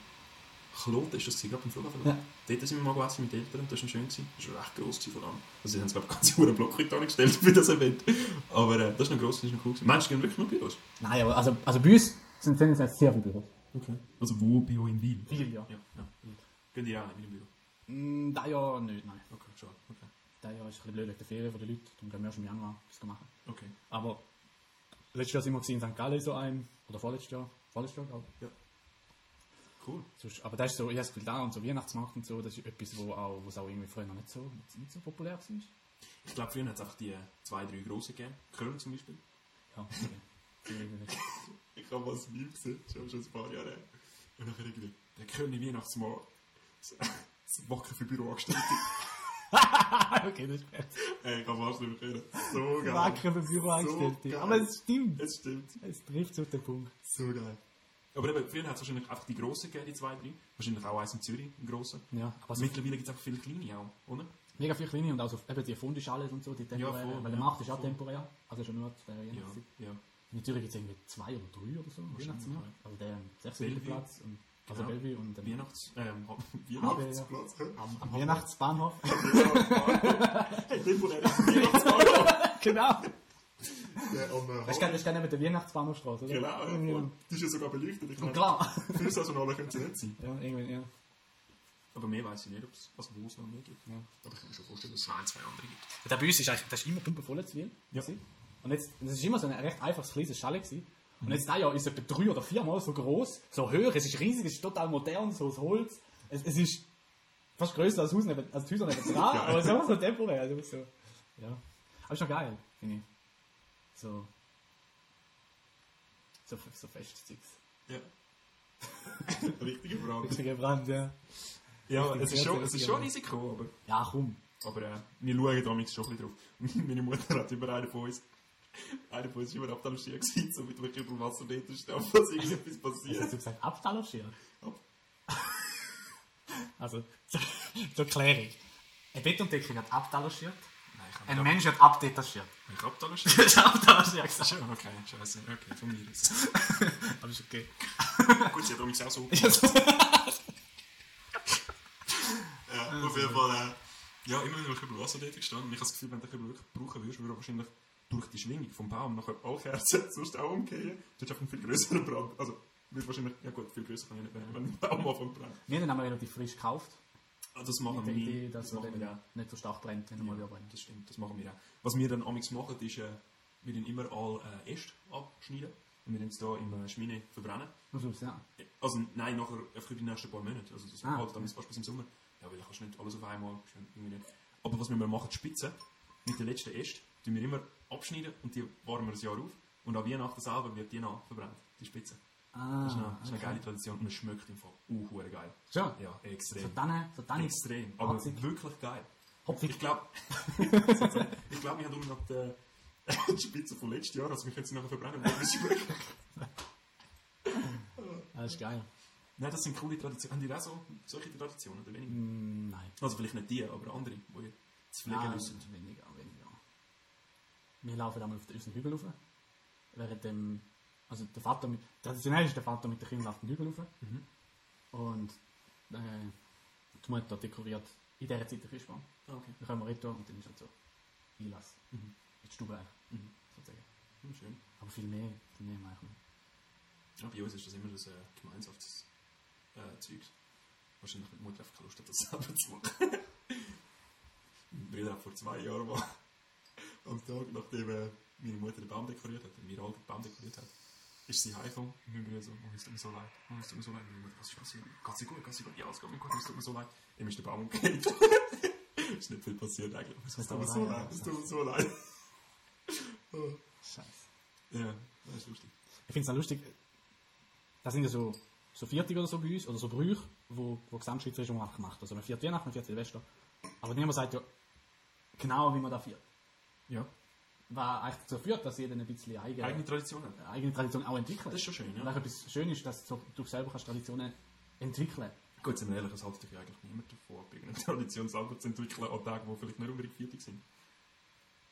B: Kloten, ist das gewesen, glaub, im Flughafen?
A: Ja.
B: Dort sind wir mal gegessen mit den Eltern, das war schön. Gewesen. Das war recht gross gewesen, vor allem. Also sie haben glaube ich ganze Uhr Block heute angestellt für das Event. Aber äh, das ist noch gross, das ist noch cool gewesen. Meinst du, es gehen wirklich nur Büros?
A: Nein, aber also, also bei uns sind es jetzt sehr viele Büros.
B: Okay. Also wo Bio in Wien?
A: Viel, ja.
B: Ja, ja. Gehen die auch nicht in dem Büro?
A: Mm, Da ja nicht, nein.
B: Okay, schade. Okay.
A: Da ja ist ein bisschen blöd wegen der Ferien der Leute, darum gehen wir erst im Januar das machen.
B: okay.
A: Aber letztes Jahr sind wir gewesen in St. Gallen so ein, oder vorletztes Jahr, vorletztes Jahr, glaube ich.
B: Cohl.
A: Sonst- Aber das ist so, ich habe das Gefühl, da und so Weihnachtsmarkt und so, das ist etwas, wo auch, was auch irgendwie früher noch nicht so, nicht, nicht so populär war.
B: Ich glaube, früher hat es einfach die äh, zwei, drei grossen gegeben. Köln zum Beispiel.
A: Ja, okay. Irgendwie nicht.
B: Ich habe mal ein Meme gesehen, schon, schon ein paar Jahre her. Und dann irgendwie, der Kölner Weihnachtsmarkt. Das- Das Wacken für Büroangestellte.
A: Ah, okay, das ist perfekt.
B: Ey, ich kann fast nicht mehr können. So geil.
A: Wacker für
B: So
A: Büroangestellte.
B: geil.
A: Aber es stimmt.
B: Es stimmt.
A: Es trifft zu den Punkt.
B: So geil. Aber eben, früher hat es wahrscheinlich einfach die grossen gegeben, die zwei, drei. Wahrscheinlich auch eins in Zürich, einen grossen.
A: Ja, Also aber so
B: Mittlerweile gibt es einfach viele kleine auch, oder?
A: mega viele kleine und auch so, eben die Fundischale und so, die temporär,
B: voll,
A: weil der
B: ja,
A: Markt ist auch
B: voll.
A: temporär, also schon nur zu der
B: Ja,
A: Jahreszeit.
B: ja.
A: In Zürich gibt es irgendwie zwei oder drei oder so, Weihnachtsmarkt.
B: ja.
A: Also der 16.
B: Bellevue.
A: Platz, und, also
B: Genau.
A: Bellevue und dann
B: Weihnachts... Ähm,
A: ja.
B: Weihnachtsplatz.
A: am, am Weihnachtsbahnhof.
B: Temporär.
A: genau.
B: Der am äh,
A: Weißt du, ich gerne mit der Weihnachtsbahnhofstraße, oder?
B: Genau,
A: Irgendwie-
B: und die ist ja sogar beleuchtet. Ich
A: Und
B: meine,
A: klar.
B: Für saisonale könnte sie nicht sein.
A: Ja, irgendwie, ja.
B: Aber mehr weiß ich nicht, ob es also wo es noch mehr gibt.
A: Ja.
B: Aber ich kann mir schon vorstellen, dass es noch ein, zwei andere gibt.
A: Der bei uns ist eigentlich, das ist immer pumpenvoll zu viel.
B: Ja.
A: gewesen. Und jetzt, das ist immer so ein recht einfaches kleines Schale gewesen. Und jetzt da ja ist etwa drei oder viermal so groß, so höher, es ist riesig, es ist total modern, so aus Holz. Es, es ist fast größer als, Haus neben, als die Häuser neben dran,
B: Geil.
A: aber es ist einfach so temporär. Also so. Ja. Aber ist noch geil, finde ich. So. So, so Festzeugs.
B: Ja. Richtige Frage.
A: Richtiger Brand, ja.
B: Ja,
A: Richtig
B: es ist schon, es ist
A: kreativ,
B: schon ein
A: ja.
B: Risiko, aber,
A: Ja, komm.
B: aber äh, wir schauen damit schon ein bisschen drauf. Meine Mutter hat über einen von uns, einer von uns war immer ab dem Skier gewesen, so mit dem über Wasser nicht stehen, falls irgendetwas
A: Hast
B: passiert.
A: du gesagt Abfall auf Schirr?
B: Ab-
A: also, zur, zur Klärung. Eine Bettundecke wird abtalaschiert,
B: Nein, ich
A: ein
B: habe
A: Mensch wird abdetachiert.
B: mich abgetan.
A: Du hast abtalaschiert gesagt.
B: Okay, scheiße, okay, von mir ist
A: Aber ist okay.
B: Gut, sie hat übrigens auch so.
A: ja,
B: Ja, auf jeden Fall. Äh, ja, immer wenn ich über Wasser dort gestanden und ich habe das Gefühl, wenn du dich wirklich brauchen würdest, würde er wahrscheinlich durch die Schwingung vom Baum nachher alle Kerzen sonst auch umgehen. Du hast einfach einen viel größeren Brand. Also, wird wahrscheinlich, ja gut, viel größer kann ich nicht werden, wenn der Baum anfängt zu brennen.
A: wir haben ihn aber relativ frisch gekauft,
B: Ah, das
A: mit
B: machen
A: der
B: wir
A: Idee,
B: das,
A: dass er
B: machen wir
A: dann
B: auch.
A: nicht so stark brennt, wenn er mal wieder brennt.
B: Das stimmt, das machen wir auch. Was wir dann amigs machen, ist, äh, wir dann immer alle äh, Äste abschneiden und wir dann hier im äh, Schmine verbrennen.
A: Muss aus, ja.
B: Also nein, nachher einfach in den nächsten paar Monaten. Also das
A: Ah,
B: halt dann fast bis im Sommer. Ja, weil du kannst nicht alles auf einmal. ist ja irgendwie Nicht. Aber was wir mal machen, die Spitze, mit der letzten Äste, die wir immer abschneiden und die warmen wir ein Jahr auf. Und an Weihnachten selber wird die noch verbrannt, die Spitze.
A: Ah,
B: Das ist, eine, das ist eine geile Tradition und es schmeckt im Fall uh, hure geil.
A: Schon?
B: Ja,
A: So
B: extrem.
A: dann, so dann ist
B: Extrem, aber
A: Harzig.
B: wirklich geil.
A: Hopfig.
B: Ich glaube, ich glaube, wir haben unten noch äh, die, die Spitze vom letzten Jahr, also wir können sie nachher verbrennen. aber das ist wirklich-
A: Ja, Das ist geil.
B: Nein, das sind coole Traditionen. Haben die auch so, solche Traditionen oder weniger?
A: Hm, Nein.
B: Also vielleicht nicht die, aber andere, die ihr zu pflegen
A: Nein,
B: müssen.
A: weniger, weniger. Wir laufen einmal auf den- unseren Hügel rauf. Während dem, also der Vater mit, traditionell ist der Vater mit den Kindern auf den Hügel rauf. Und äh, die Mutter dekoriert in dieser Zeit den Fischbaum.
B: Ah, okay.
A: Dann können wir retour und dann ist halt so Einlass. In die Stube eigentlich, sozusagen.
B: Hm, schön.
A: Aber viel mehr, viel mehr machen wir nicht.
B: Ja, bei uns ist das immer das äh, Gemeinschaftszeug. Äh, Zeug. Wahrscheinlich hat die Mutter einfach keine Lust, hat, das selber zu machen. mein Bruder hat vor zwei Jahren mal am Tag, nachdem äh, meine Mutter den Baum dekoriert hat, und wir alle den Baum dekoriert hat, ist sie heimgekommen und mein Bruder so, oh, es tut mir so leid, oh, es tut mir so leid. Und meine Mutter, was ist passiert? Geht sie gut, geht sie gut? Ja, es geht mir gut, es tut mir so leid. Ihm ist der Baum umgekehrt. ist nicht viel passiert eigentlich. Es tut mir so leid, es tut mir so leid. Oh.
A: Scheiße.
B: Ja, das ist lustig.
A: Ich finde es auch lustig, das sind ja so, so Viertig oder so bei uns, oder so Brüche, wo, wo Gesamtschweizerisch um gemacht Also man viert Weihnachten, man viert Silvester. Aber niemand sagt ja genau, wie man da viert.
B: Ja.
A: Was eigentlich dazu führt, dass jeder ein bisschen eigene,
B: Eigene Tradition hat.
A: eigene Tradition auch entwickelt.
B: Das ist schon schön, ja.
A: Und auch etwas schön ist, dass so, du selber kannst Traditionen entwickeln
B: Gut, sind wir ehrlich, es hält dich ja eigentlich niemand davon ab, irgendeine Tradition selber zu entwickeln an Tagen, die vielleicht nicht unbedingt viertig sind.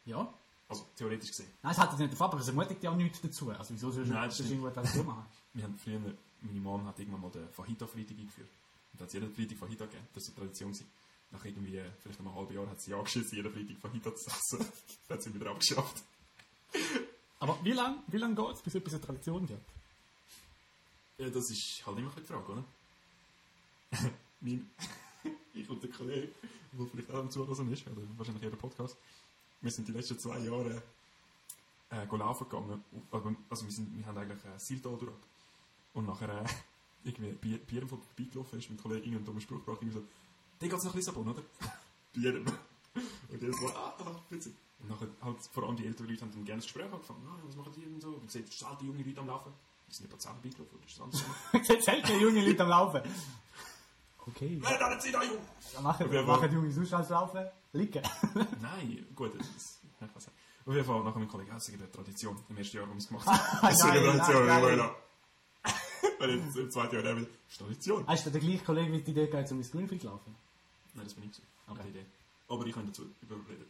A: Ja.
B: Also, theoretisch gesehen.
A: Nein, es hat jetzt nicht davon, aber es ermutigt ja auch nichts dazu. Also wieso sollst du
B: Nein, das
A: das
B: stimmt.
A: irgendwo Tradition machen?
B: Wir haben früher, meine Mom hat irgendwann mal den Fajita-Freitag eingeführt. Und da hat es jeden Freitag Fajita gegeben. Das ist eine Tradition gewesen. Nach irgendwie, äh, vielleicht einem halben Jahr hat sie angeschissen, jeden Freitag Fajita zu essen. Dann hat sie wieder abgeschafft.
A: Aber wie lange wie lang geht es, bis etwas eine Tradition wird?
B: Ja, das ist halt immer ein bisschen die Frage, oder? mein, ich und der Kollege, der vielleicht auch am Zuhören ist, oder wahrscheinlich jeder Podcast, wir sind die letzten zwei Jahre äh, go laufen gegangen. Auf- aber- Also wir, sind, wir haben eigentlich äh, Siltal durch. Und nachher äh, irgendwie Bier, Bier von vorbeigelaufen ist, mein Kollege irgendeinen dummen Spruch gebracht, irgendwie so, «Dann geht's nach Lissabon, oder?» «Bier.» Und jedes Mal, «Ah, ah, witzig.» Und nachher halt vor allem die älteren Leute haben dann gerne das Gespräch angefangen, «Ah, was machen die denn so?» Und man sieht, es sind alte junge Leute am Laufen. Die sind nicht bei 10 vorbeigelaufen, oder ist das anders?
A: Jetzt hält der junge Leute am Laufen. Okay.
B: «Wer hat denn da, Junge?»
A: Dann machen,
B: Wer
A: wir
B: war-
A: machen die Jungs sonst als Laufen. Liegen.
B: Nein, gut, das ist. Ich weiß nicht. Auf jeden Fall, nachher mein Kollege, das ist eine Tradition. Im ersten Jahr haben wir es gemacht. Das ist eine
A: Nein,
B: Tradition,
A: nein, nein.
B: voilà. Weil jetzt im zweiten Jahr dann wieder. Das ist Tradition.
A: Hast du den gleichen Kollegen mit die Idee gehabt, um ins Grünfeld zu laufen?
B: Nein, das bin ich gewesen. Okay. Idee. Aber ich habe dazu überredet.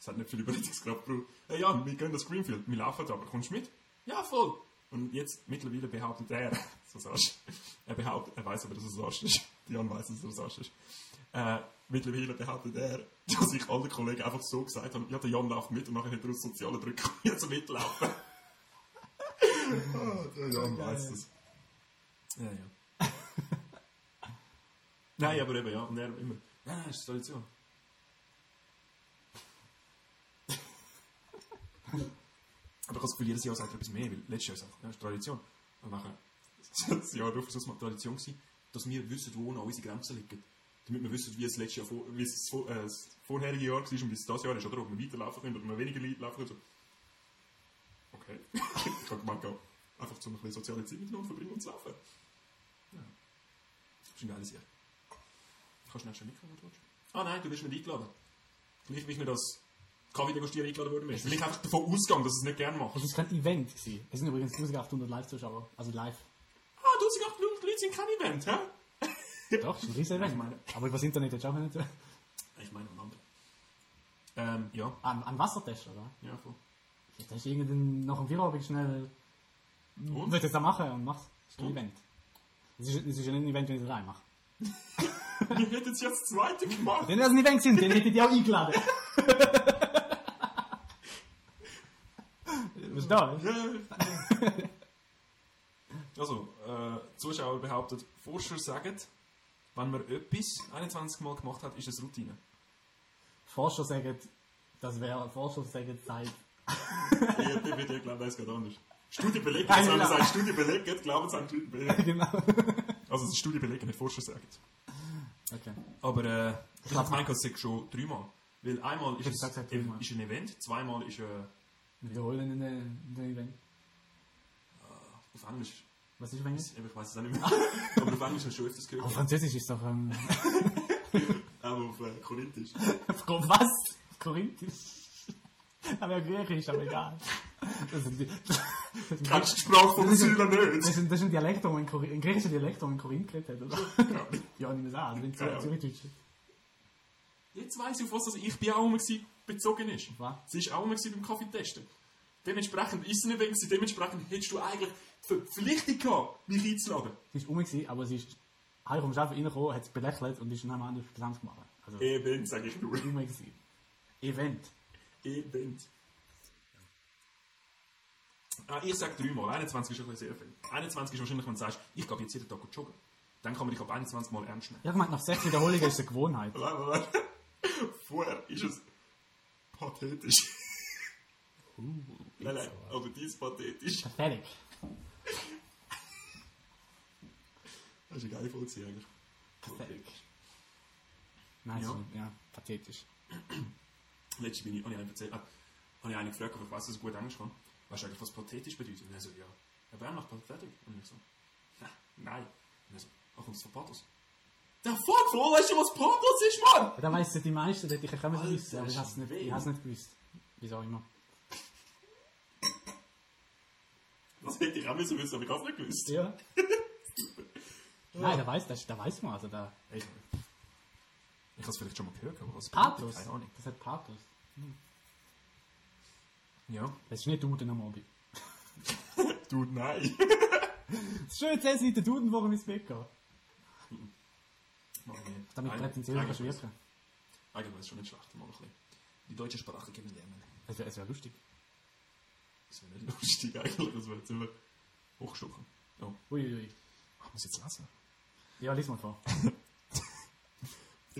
B: Es hat nicht viel Überredungskraft gebraucht. Hey, ja, wir gehen das Greenfield. Wir laufen da, aber kommst du mit? Ja, voll. Und jetzt, mittlerweile behauptet er, so sagst er behauptet, er weiß aber, dass er so ist. Dion weiß, dass er so ist. Äh, mittlerweile behauptet er, dass ich alle Kollegen einfach so gesagt habe, ja, der Jan läuft mit und nachher hat er aus sozialen Brücken jetzt mitlaufen. Ah, der Jan weiß das. Ja, ja. Nein, aber eben, ja. Und er immer, nein, nein, das ist Tradition. aber ich habe das Gefühl, jedes Jahr sagt er etwas mehr, weil letztes Jahr sagt er, ja, das ist Tradition. Und nachher, das Jahr darauf war es mal Tradition, gewesen, dass wir wissen, wo noch unsere Grenzen liegen. Damit wir wissen, wie es letztes Jahr, vor, wie es vor, äh, das vorherige Jahr war und wie es das Jahr ist, oder ob wir weiterlaufen können, oder ob wir weniger Leute laufen können. So. Okay. ich habe gemeint, ja, einfach zum ein bisschen soziale Zeit miteinander verbringen und zu laufen. Ja. Das ist ein geiles Jahr. Kannst du nicht schon mitkommen, wenn du willst? Ah nein, du bist nicht eingeladen. Gleich wie ich nicht als Kaffee-Degustier eingeladen worden bin. Weil ich einfach davon ausgegangen, dass ich es nicht gerne mache.
A: Es ist kein Event gewesen. Es sind übrigens 1800 Live-Zuschauer. Also live.
B: Ah, 1800 Leute sind kein Event, hä?
A: Doch, es ist ein riesen
B: Nein, ich meine-
A: Event. Aber übers Internet hättest du auch nicht.
B: Ich meine, am anderen. Ähm, ja.
A: An, an Wassertest, oder?
B: Ja, voll.
A: Jetzt hast du irgendeinen nach dem Vierabend schnell.
B: Und?
A: Willst du das auch machen und machst. Das ist ein
B: Und?
A: Event. Es ist, es ist ja nicht ein Event, wenn ich es allein mache.
B: Wir hätten es ja das zweite gemacht.
A: Wenn das ein Event sind, dann hätte ich die auch eingeladen. Bist du da?
B: also, äh, Zuschauer behauptet, Forscher sagen, wenn man etwas 21 Mal gemacht hat, ist es Routine.
A: Forscher sagen, das wäre, Forscher sagen, Zeit.
B: Ja, bitte, ich glaube, das geht anders. Studie belegt,
A: Nein,
B: wenn man
A: klar.
B: sagt, Studie belegt, glauben es an die Leute belegt.
A: genau.
B: Also, es ist Studie belegt, nicht Forscher sagen.
A: Okay.
B: Aber äh, ich habe gemeint, es sei schon dreimal. Weil einmal ist,
A: hab
B: es,
A: gesagt, dreimal.
B: ist ein Event, zweimal ist äh,
A: Wir wiederholen in den, den Event.
B: auf Englisch.
A: Was ist Event?
B: Ich weiß es auch nicht mehr. Aber auf Englisch habe ich schon öfters
A: Auf
B: gehört.
A: Französisch ist doch, ähm,
B: Aber auf äh, Korinthisch.
A: was? Korinthisch? Aber ja, griechisch, aber egal. Das sind die,
B: Kennst du die Sprache von Syrer
A: Das
B: nicht?
A: ist ein, das ist ein Dialekt, den man in Korinth, ein griechischer Dialekt, den man in Korinth geredet hat, oder? ja, nicht mehr sagen, das
B: Ja, ja.
A: sind Zürichdeutsche.
B: Jetzt weiss ich, auf was das ich bin auch immer gewesen, bezogen ist.
A: Was?
B: Sie war auch immer gewesen beim Kaffeetesten. Dementsprechend ist sie nicht weg. gewesen. Dementsprechend hättest du eigentlich die Verpflichtung gehabt, mich einzuladen.
A: Sie ist um, gewesen, aber sie ist heim vom Schaffen reingekommen, hat es belächelt und ist dann einmal anders Gesamt gemacht. Also,
B: Event, sag ich nur.
A: um gewesen. Event.
B: Event. Ah, ich sage dreimal. 21 ist ein bisschen sehr viel. 21 ist wahrscheinlich, wenn du sagst, ich gehe jetzt jeden Tag joggen. Dann kann man dich ab 21 Mal ernst nehmen.
A: Ja, gemeint, nach sechs Wiederholungen ist es eine Gewohnheit.
B: Warte, warte, warte. Vorher ist es pathetisch. nein, nein, aber dies pathetisch.
A: Fertig.
B: Das ist eine geile Vollziehung eigentlich.
A: Pathetisch. Nein,
B: Ja.
A: so, ja, pathetisch.
B: Letztes bin ich, habe ich einen erzählt, ah, habe ich einen gefragt, ob ich weiß, dass ich gut Englisch kann. Weißt du eigentlich, was pathetisch bedeutet? Und er so, ja. Ja, Bern macht pathetisch. Und ich so, "Na, nein. Und er so, wo kommt es von Pathos? Der fuck, Flo, weißt du, was Pathos ist, Mann?
A: Ja, da weiss ja die meisten, die ich kommen
B: Alter,
A: wissen, aber ich hab's nicht,
B: Schwede.
A: ich hab's nicht gewusst. Wieso auch immer.
B: Das hätte ich auch wissen müssen, aber ich habe es nicht gewusst.
A: Ja. Nein, da weiß, das, da weiß man, also da.
B: Ey, Ich habe es vielleicht schon mal gehört, aber was
A: Pathos.
B: Keine Ahnung.
A: Das hat Pathos.
B: Ja.
A: Das ist nicht Duden am Abend.
B: Du, nein.
A: Das ist schön, jetzt hast du den Duden, warum ins Bett gehen. Damit bleibt es selber
B: Eigentlich
A: wirken.
B: wäre es schon nicht schlecht, mal ein bisschen die deutsche Sprache kennenlernen.
A: Es wäre wär lustig.
B: Das wäre nicht lustig eigentlich, das wäre jetzt immer hochstuchen. Oh,
A: Uiuiui.
B: ich muss jetzt lesen.
A: Ja, lies mal vor.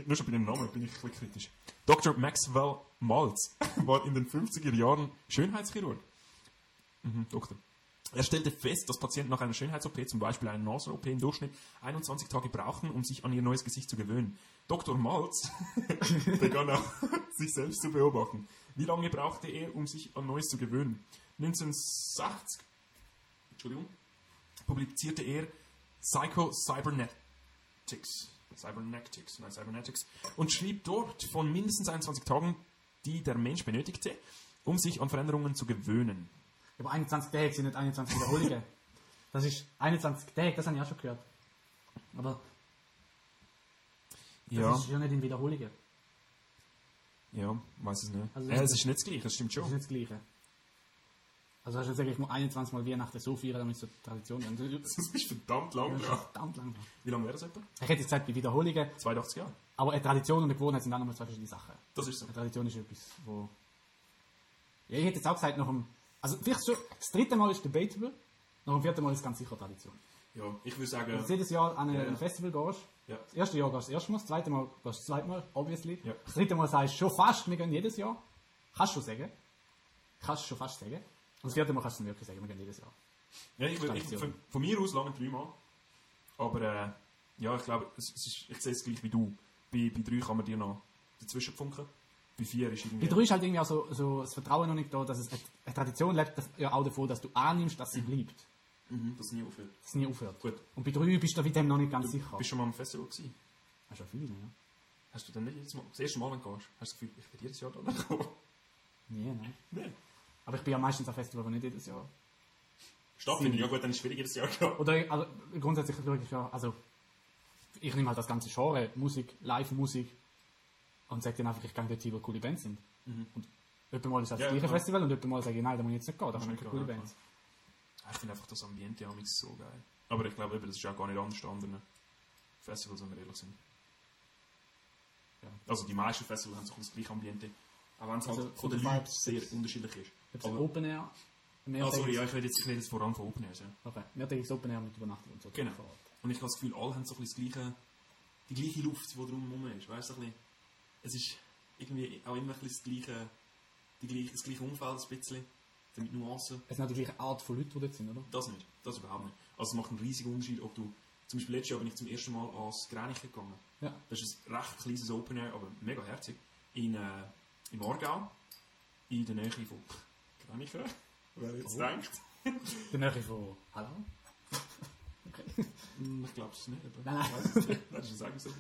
B: Nur schon bei dem Namen bin ich ein bisschen kritisch. Dr. Maxwell Maltz war in den 50er Jahren Schönheitschirurg. Mhm, Doktor. Er stellte fest, dass Patienten nach einer Schönheits-OP, zum Beispiel einer Nasen-OP, im Durchschnitt 21 Tage brauchten, um sich an ihr neues Gesicht zu gewöhnen. Dr. Maltz begann auch, sich selbst zu beobachten. Wie lange brauchte er, um sich an Neues zu gewöhnen? 1960 Entschuldigung, publizierte er Psycho-Cybernet Cybernetics. Cybernetics, nein, Cybernetics. Und schrieb dort von mindestens 21 Tagen, die der Mensch benötigte, um sich an Veränderungen zu gewöhnen.
A: Aber 21 Tage sind nicht 21 Wiederholungen. Das ist 21 Tage, das habe ich auch schon gehört. Aber das
B: Ja,
A: ist ja nicht in Wiederholungen.
B: ja, weiß es nicht.
A: Also
B: äh,
A: das-
B: es ist nicht das gleiche, das stimmt
A: Das ist
B: schon.
A: nicht das Gleiche. Also hast du jetzt eigentlich nur 21 Mal Weihnachten so feiern, damit es zur Tradition wird. Das
B: Das ist verdammt lang,
A: ist
B: ja.
A: verdammt lang.
B: Wie lange wäre das etwa?
A: Ich hätte jetzt gesagt, bei Wiederholungen,
B: 82 Jahre.
A: aber eine Tradition und eine Gewohnheit sind auch nochmal zwei verschiedene Sachen.
B: Das ist so.
A: Eine Tradition ist etwas, wo... Ja, ich hätte jetzt auch gesagt, nach dem... Also vielleicht schon, das dritte Mal ist debatable, nach dem vierten Mal ist ganz sicher Tradition.
B: Ja, ich würde sagen,
A: Wenn du jedes Jahr an ein
B: Ja, ja.
A: Festival gehst,
B: Ja.
A: das erste Jahr gehst du das erste Mal, das zweite Mal gehst du das zweite Mal, obviously.
B: Ja.
A: Das dritte Mal sagst du schon fast, wir gehen jedes Jahr. Kannst du schon sagen. Kannst du schon fast sagen. Und das vierte Mal kannst du dann wirklich sagen, wir gehen jedes Jahr.
B: ja, ich würd, ich, von, von mir aus lange dreimal. Aber äh, ja, ich glaube, es, es ist, ich sehe es gleich wie du. Bei, bei drei kann man dir noch dazwischen funken. Bei vier ist irgendwie...
A: Bei drei ist halt irgendwie auch so, so das Vertrauen noch nicht da, dass es eine- eine Tradition lebt das- ja auch davon, dass du annimmst, dass sie bleibt.
B: Mhm, das nie aufhört.
A: Dass es nie aufhört.
B: Gut.
A: Und bei drei bist du mit dem noch nicht ganz
B: Du
A: sicher.
B: bist schon mal am Festival gewesen.
A: Hast du ja viele, ja?
B: Hast du dann nicht jedes Mal, das erste Mal, wenn du gehst, hast du das Gefühl, ich bin jedes Jahr da gekommen?
A: Nee, nein.
B: Nein.
A: ne? Aber ich bin ja meistens auf Festival, aber nicht jedes Jahr.
B: Statt nicht, ja gut, dann ist es schwierig, jedes Jahr gekommen.
A: Oder also, grundsätzlich wirklich, ja, also ich nehme halt das ganze Genre, Musik, Live-Musik und sage dann einfach, ich gehe dort hin, wo coole Bands sind. Und jemand mal ist das
B: Mhm. Ja,
A: gleiche
B: genau.
A: Festival und jemand mal sage ich, nein, da muss ich jetzt nicht gehen, da
B: Ja,
A: sind keine
B: klar,
A: coole
B: ja,
A: Bands.
B: Ah, Ich finde einfach das Ambiente am liebsten so geil. Aber ich glaube, eben, das ist auch gar nicht anders an anderen Festivals, wenn wir ehrlich sind.
A: Ja.
B: Also die meisten Festivals haben so ein bisschen das gleiche Ambiente. Auch wenn es
A: Also,
B: halt von
A: von
B: den
A: der
B: Leuten
A: Vibes
B: sehr unterschiedlich ist.
A: Ob es
B: Aber,
A: Open Air, mehr
B: ah, sorry,
A: Tages-
B: ja, ich rede jetzt, ich rede jetzt vor allem von Open Airs. Ja.
A: Okay, mehr Tages Open Air mit Übernachtung und so.
B: Genau.
A: vor Ort.
B: Und ich habe das Gefühl, alle haben so ein bisschen das gleiche, die gleiche Luft, die drumherum ist. Weißt du, so ein bisschen- es ist irgendwie auch immer ein bisschen das gleiche, die gleiche, das gleiche Umfeld, ein bisschen, damit Nuancen.
A: Es sind auch die gleiche Art von Leuten, die dort sind, oder?
B: Das nicht, das überhaupt nicht. Also es macht einen riesigen Unterschied, ob du, zum Beispiel letztes Jahr bin ich zum ersten Mal ans Grenich gegangen.
A: Ja.
B: Das ist ein recht kleines Open Air, aber mega herzig. In, äh, Im Aargau, in der Nähe von Grenich, wer jetzt denkt.
A: Die Nähe von Hallo?
B: Hm, Ich glaube es nicht. Aber
A: Nein, nein.
B: Ich weiß es nicht. Nein, das ist eine Sache,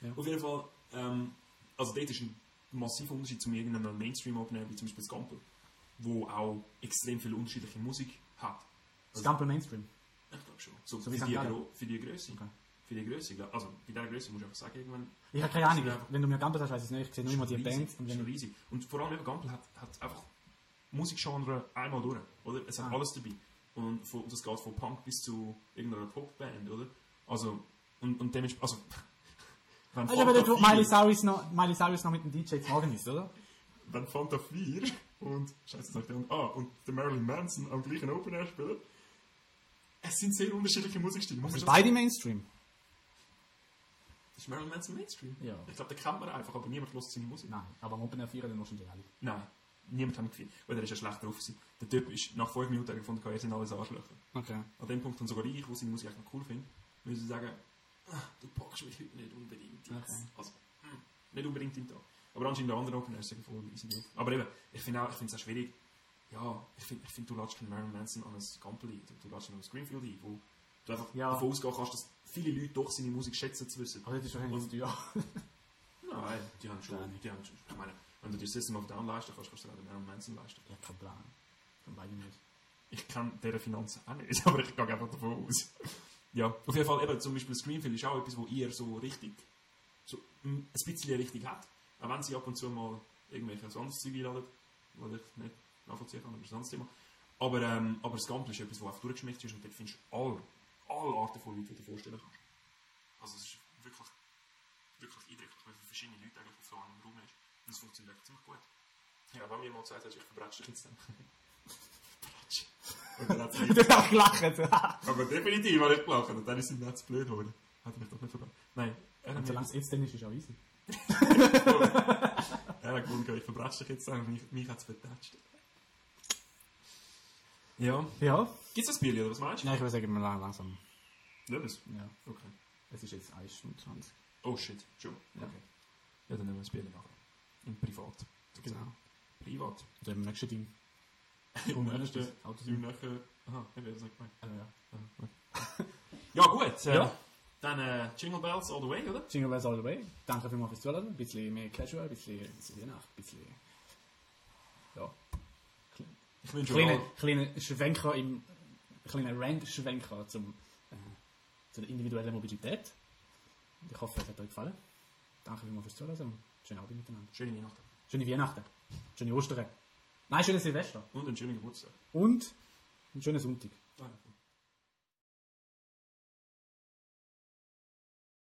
B: ja.
A: Ja.
B: Auf jeden Fall, ähm, also dort ist ein massiver Unterschied zu irgendeinem Mainstream-Opener, wie zum Beispiel das Gamble, wo auch extrem viel unterschiedliche Musik hat.
A: Das Gamble Mainstream.
B: Ich glaube schon. So,
A: wie
B: für,
A: St.
B: die,
A: Gallen.
B: Gro- für die Größe. Für die Größe. glaub- Also bei dieser Größe musst du einfach sagen, irgendwann.
A: Ich habe keine Ahnung,
B: Das ist einfach-
A: wenn du mir Gamble sagst, weiß ich es nicht. Ich sehe nur immer die
B: riesig,
A: Bands. Und
B: ist schon
A: wenn,
B: riesig. Und vor allem eben Gampel hat, hat einfach Musikgenre einmal durch. Oder? Es hat
A: Ah.
B: alles dabei. Und von, das geht von Punk bis zu irgendeiner Popband, oder? Also, und, und dementsprechend. Also, wenn
A: ich habe
B: Fanta
A: dort, wo
B: 4
A: Miley Cyrus noch, Miley Cyrus noch mit dem DJ zu Morgen ist, oder?
B: wenn Fanta 4 und Scheiße sagt und ah und der Marilyn Manson am gleichen Open Air spielen. Es sind sehr unterschiedliche Musikstile. Muss man schon
A: Also Beide Mainstream.
B: sagen. Ist Marilyn Manson Mainstream?
A: Ja.
B: Ich glaube, den kennt man einfach, aber niemand hört seine Musik.
A: Nein, aber am Open Air 4 dann wahrscheinlich alle.
B: Nein, niemand hat ihn gefühlt. Weil der ist ja schlecht drauf gewesen. Der Typ ist nach 5 Minuten gefunden, ihr sind alles Arschlöcher.
A: Okay.
B: An dem Punkt, dann sogar ich, wo seine Musik echt noch cool finde, müssen sie sagen, «Ah, du packst mich heute nicht unbedingt jetzt.
A: Okay.
B: Also, hm, nicht unbedingt im Tag. Aber anscheinend der andere Open Air sind voll easy drauf. Aber eben, ich finde es auch, auch schwierig. Ja, ich finde, ich find, du ladest den Marilyn Manson an ein Gampel ein, du ladest ihn an ein Greenfield ein, wo du einfach
A: Ja.
B: davon ausgehen kannst, dass viele Leute doch seine Musik schätzen zu wissen.
A: Aber das ist wahrscheinlich
B: Und-
A: zu teuer.
B: Nein, die haben schon, die haben schon, ich meine, wenn du dir System of a Down leisten kannst, kannst du dir auch den Marilyn Manson leisten.
A: Ich habe keinen Plan. Von beiden nicht.
B: ich kann deren Finanzen auch nicht, aber ich gehe einfach davon aus. Ja, auf jeden Fall eben zum Beispiel Screenfield ist auch etwas, wo ihr so richtig, so mm, ein bisschen richtig hat. Auch wenn sie ab und zu mal irgendwelche sonst Zeug einladen, was ich nicht nachvollziehen kann, aber das ist ein anderes Thema. Aber, ähm, aber das Gamble ist etwas, wo einfach durchgeschmeckt ist und dort findest du alle, alle Arten von Leuten, die du dir vorstellen kannst. Also es ist wirklich, wirklich eindrücklich, wie viele verschiedene Leute eigentlich auf so einem Raum ist. Und es funktioniert eigentlich ziemlich gut. Ja, wenn mir mal gesagt hast, ich verbrätsche dich jetzt dann. Verbrätsche. Und dann hat sie
A: Ich habe gelacht.
B: aber definitiv habe ich gelacht. Und dann ist ihm nicht zu blöd geworden. Hat er mich doch nicht verbracht. Nein, er hat mich
A: Solange es jetzt dann ist, ist auch easy.
B: Er hat gewonnen, ich verbrasche dich jetzt an. Mich, mich hat es vertatscht. Ja.
A: Ja?
B: Gibt es ein Bier, oder was meinst du?
A: Nein, ich würde sagen, wir lang- langsam.
B: Nehmen es.
A: Ja.
B: Okay.
A: Es ist jetzt 1 Stunde 20.
B: Oh shit, schon.
A: Ja.
B: Okay. Ja, dann nehmen wir das Bier nachher. Im Privat.
A: Genau.
B: Privat.
A: Und im nächsten Ding.
B: Im
A: Moment,
B: nächsten.
A: das Auto-
B: Im nächsten. eh, Aha, ich habe das nicht gemeint.
A: Also, ja.
B: Ja, gut. Äh,
A: Ah, Ja.
B: Dann äh, Jingle Bells all the way, oder?
A: Jingle Bells all the way. Danke vielmals fürs Zuhören. Ein bisschen mehr casual, ein bisschen, ein bisschen Nacht, ein bisschen... Ja.
B: Ich wünsche euch
A: Kleine,
B: allen-
A: kleine Schwenker im... Kleine Rand-Schwenker zum... Äh, zu der individuellen Mobilität. Und Ich hoffe, es hat euch gefallen. Danke vielmals fürs Zuhören. und Schönen Abend miteinander.
B: schöne Weihnachten.
A: Schöne Weihnachten. Schöne Ostern. Nein, schönes Silvester.
B: Und einen schönen Geburtstag.
A: Und einen schönen Sonntag.
B: Danke.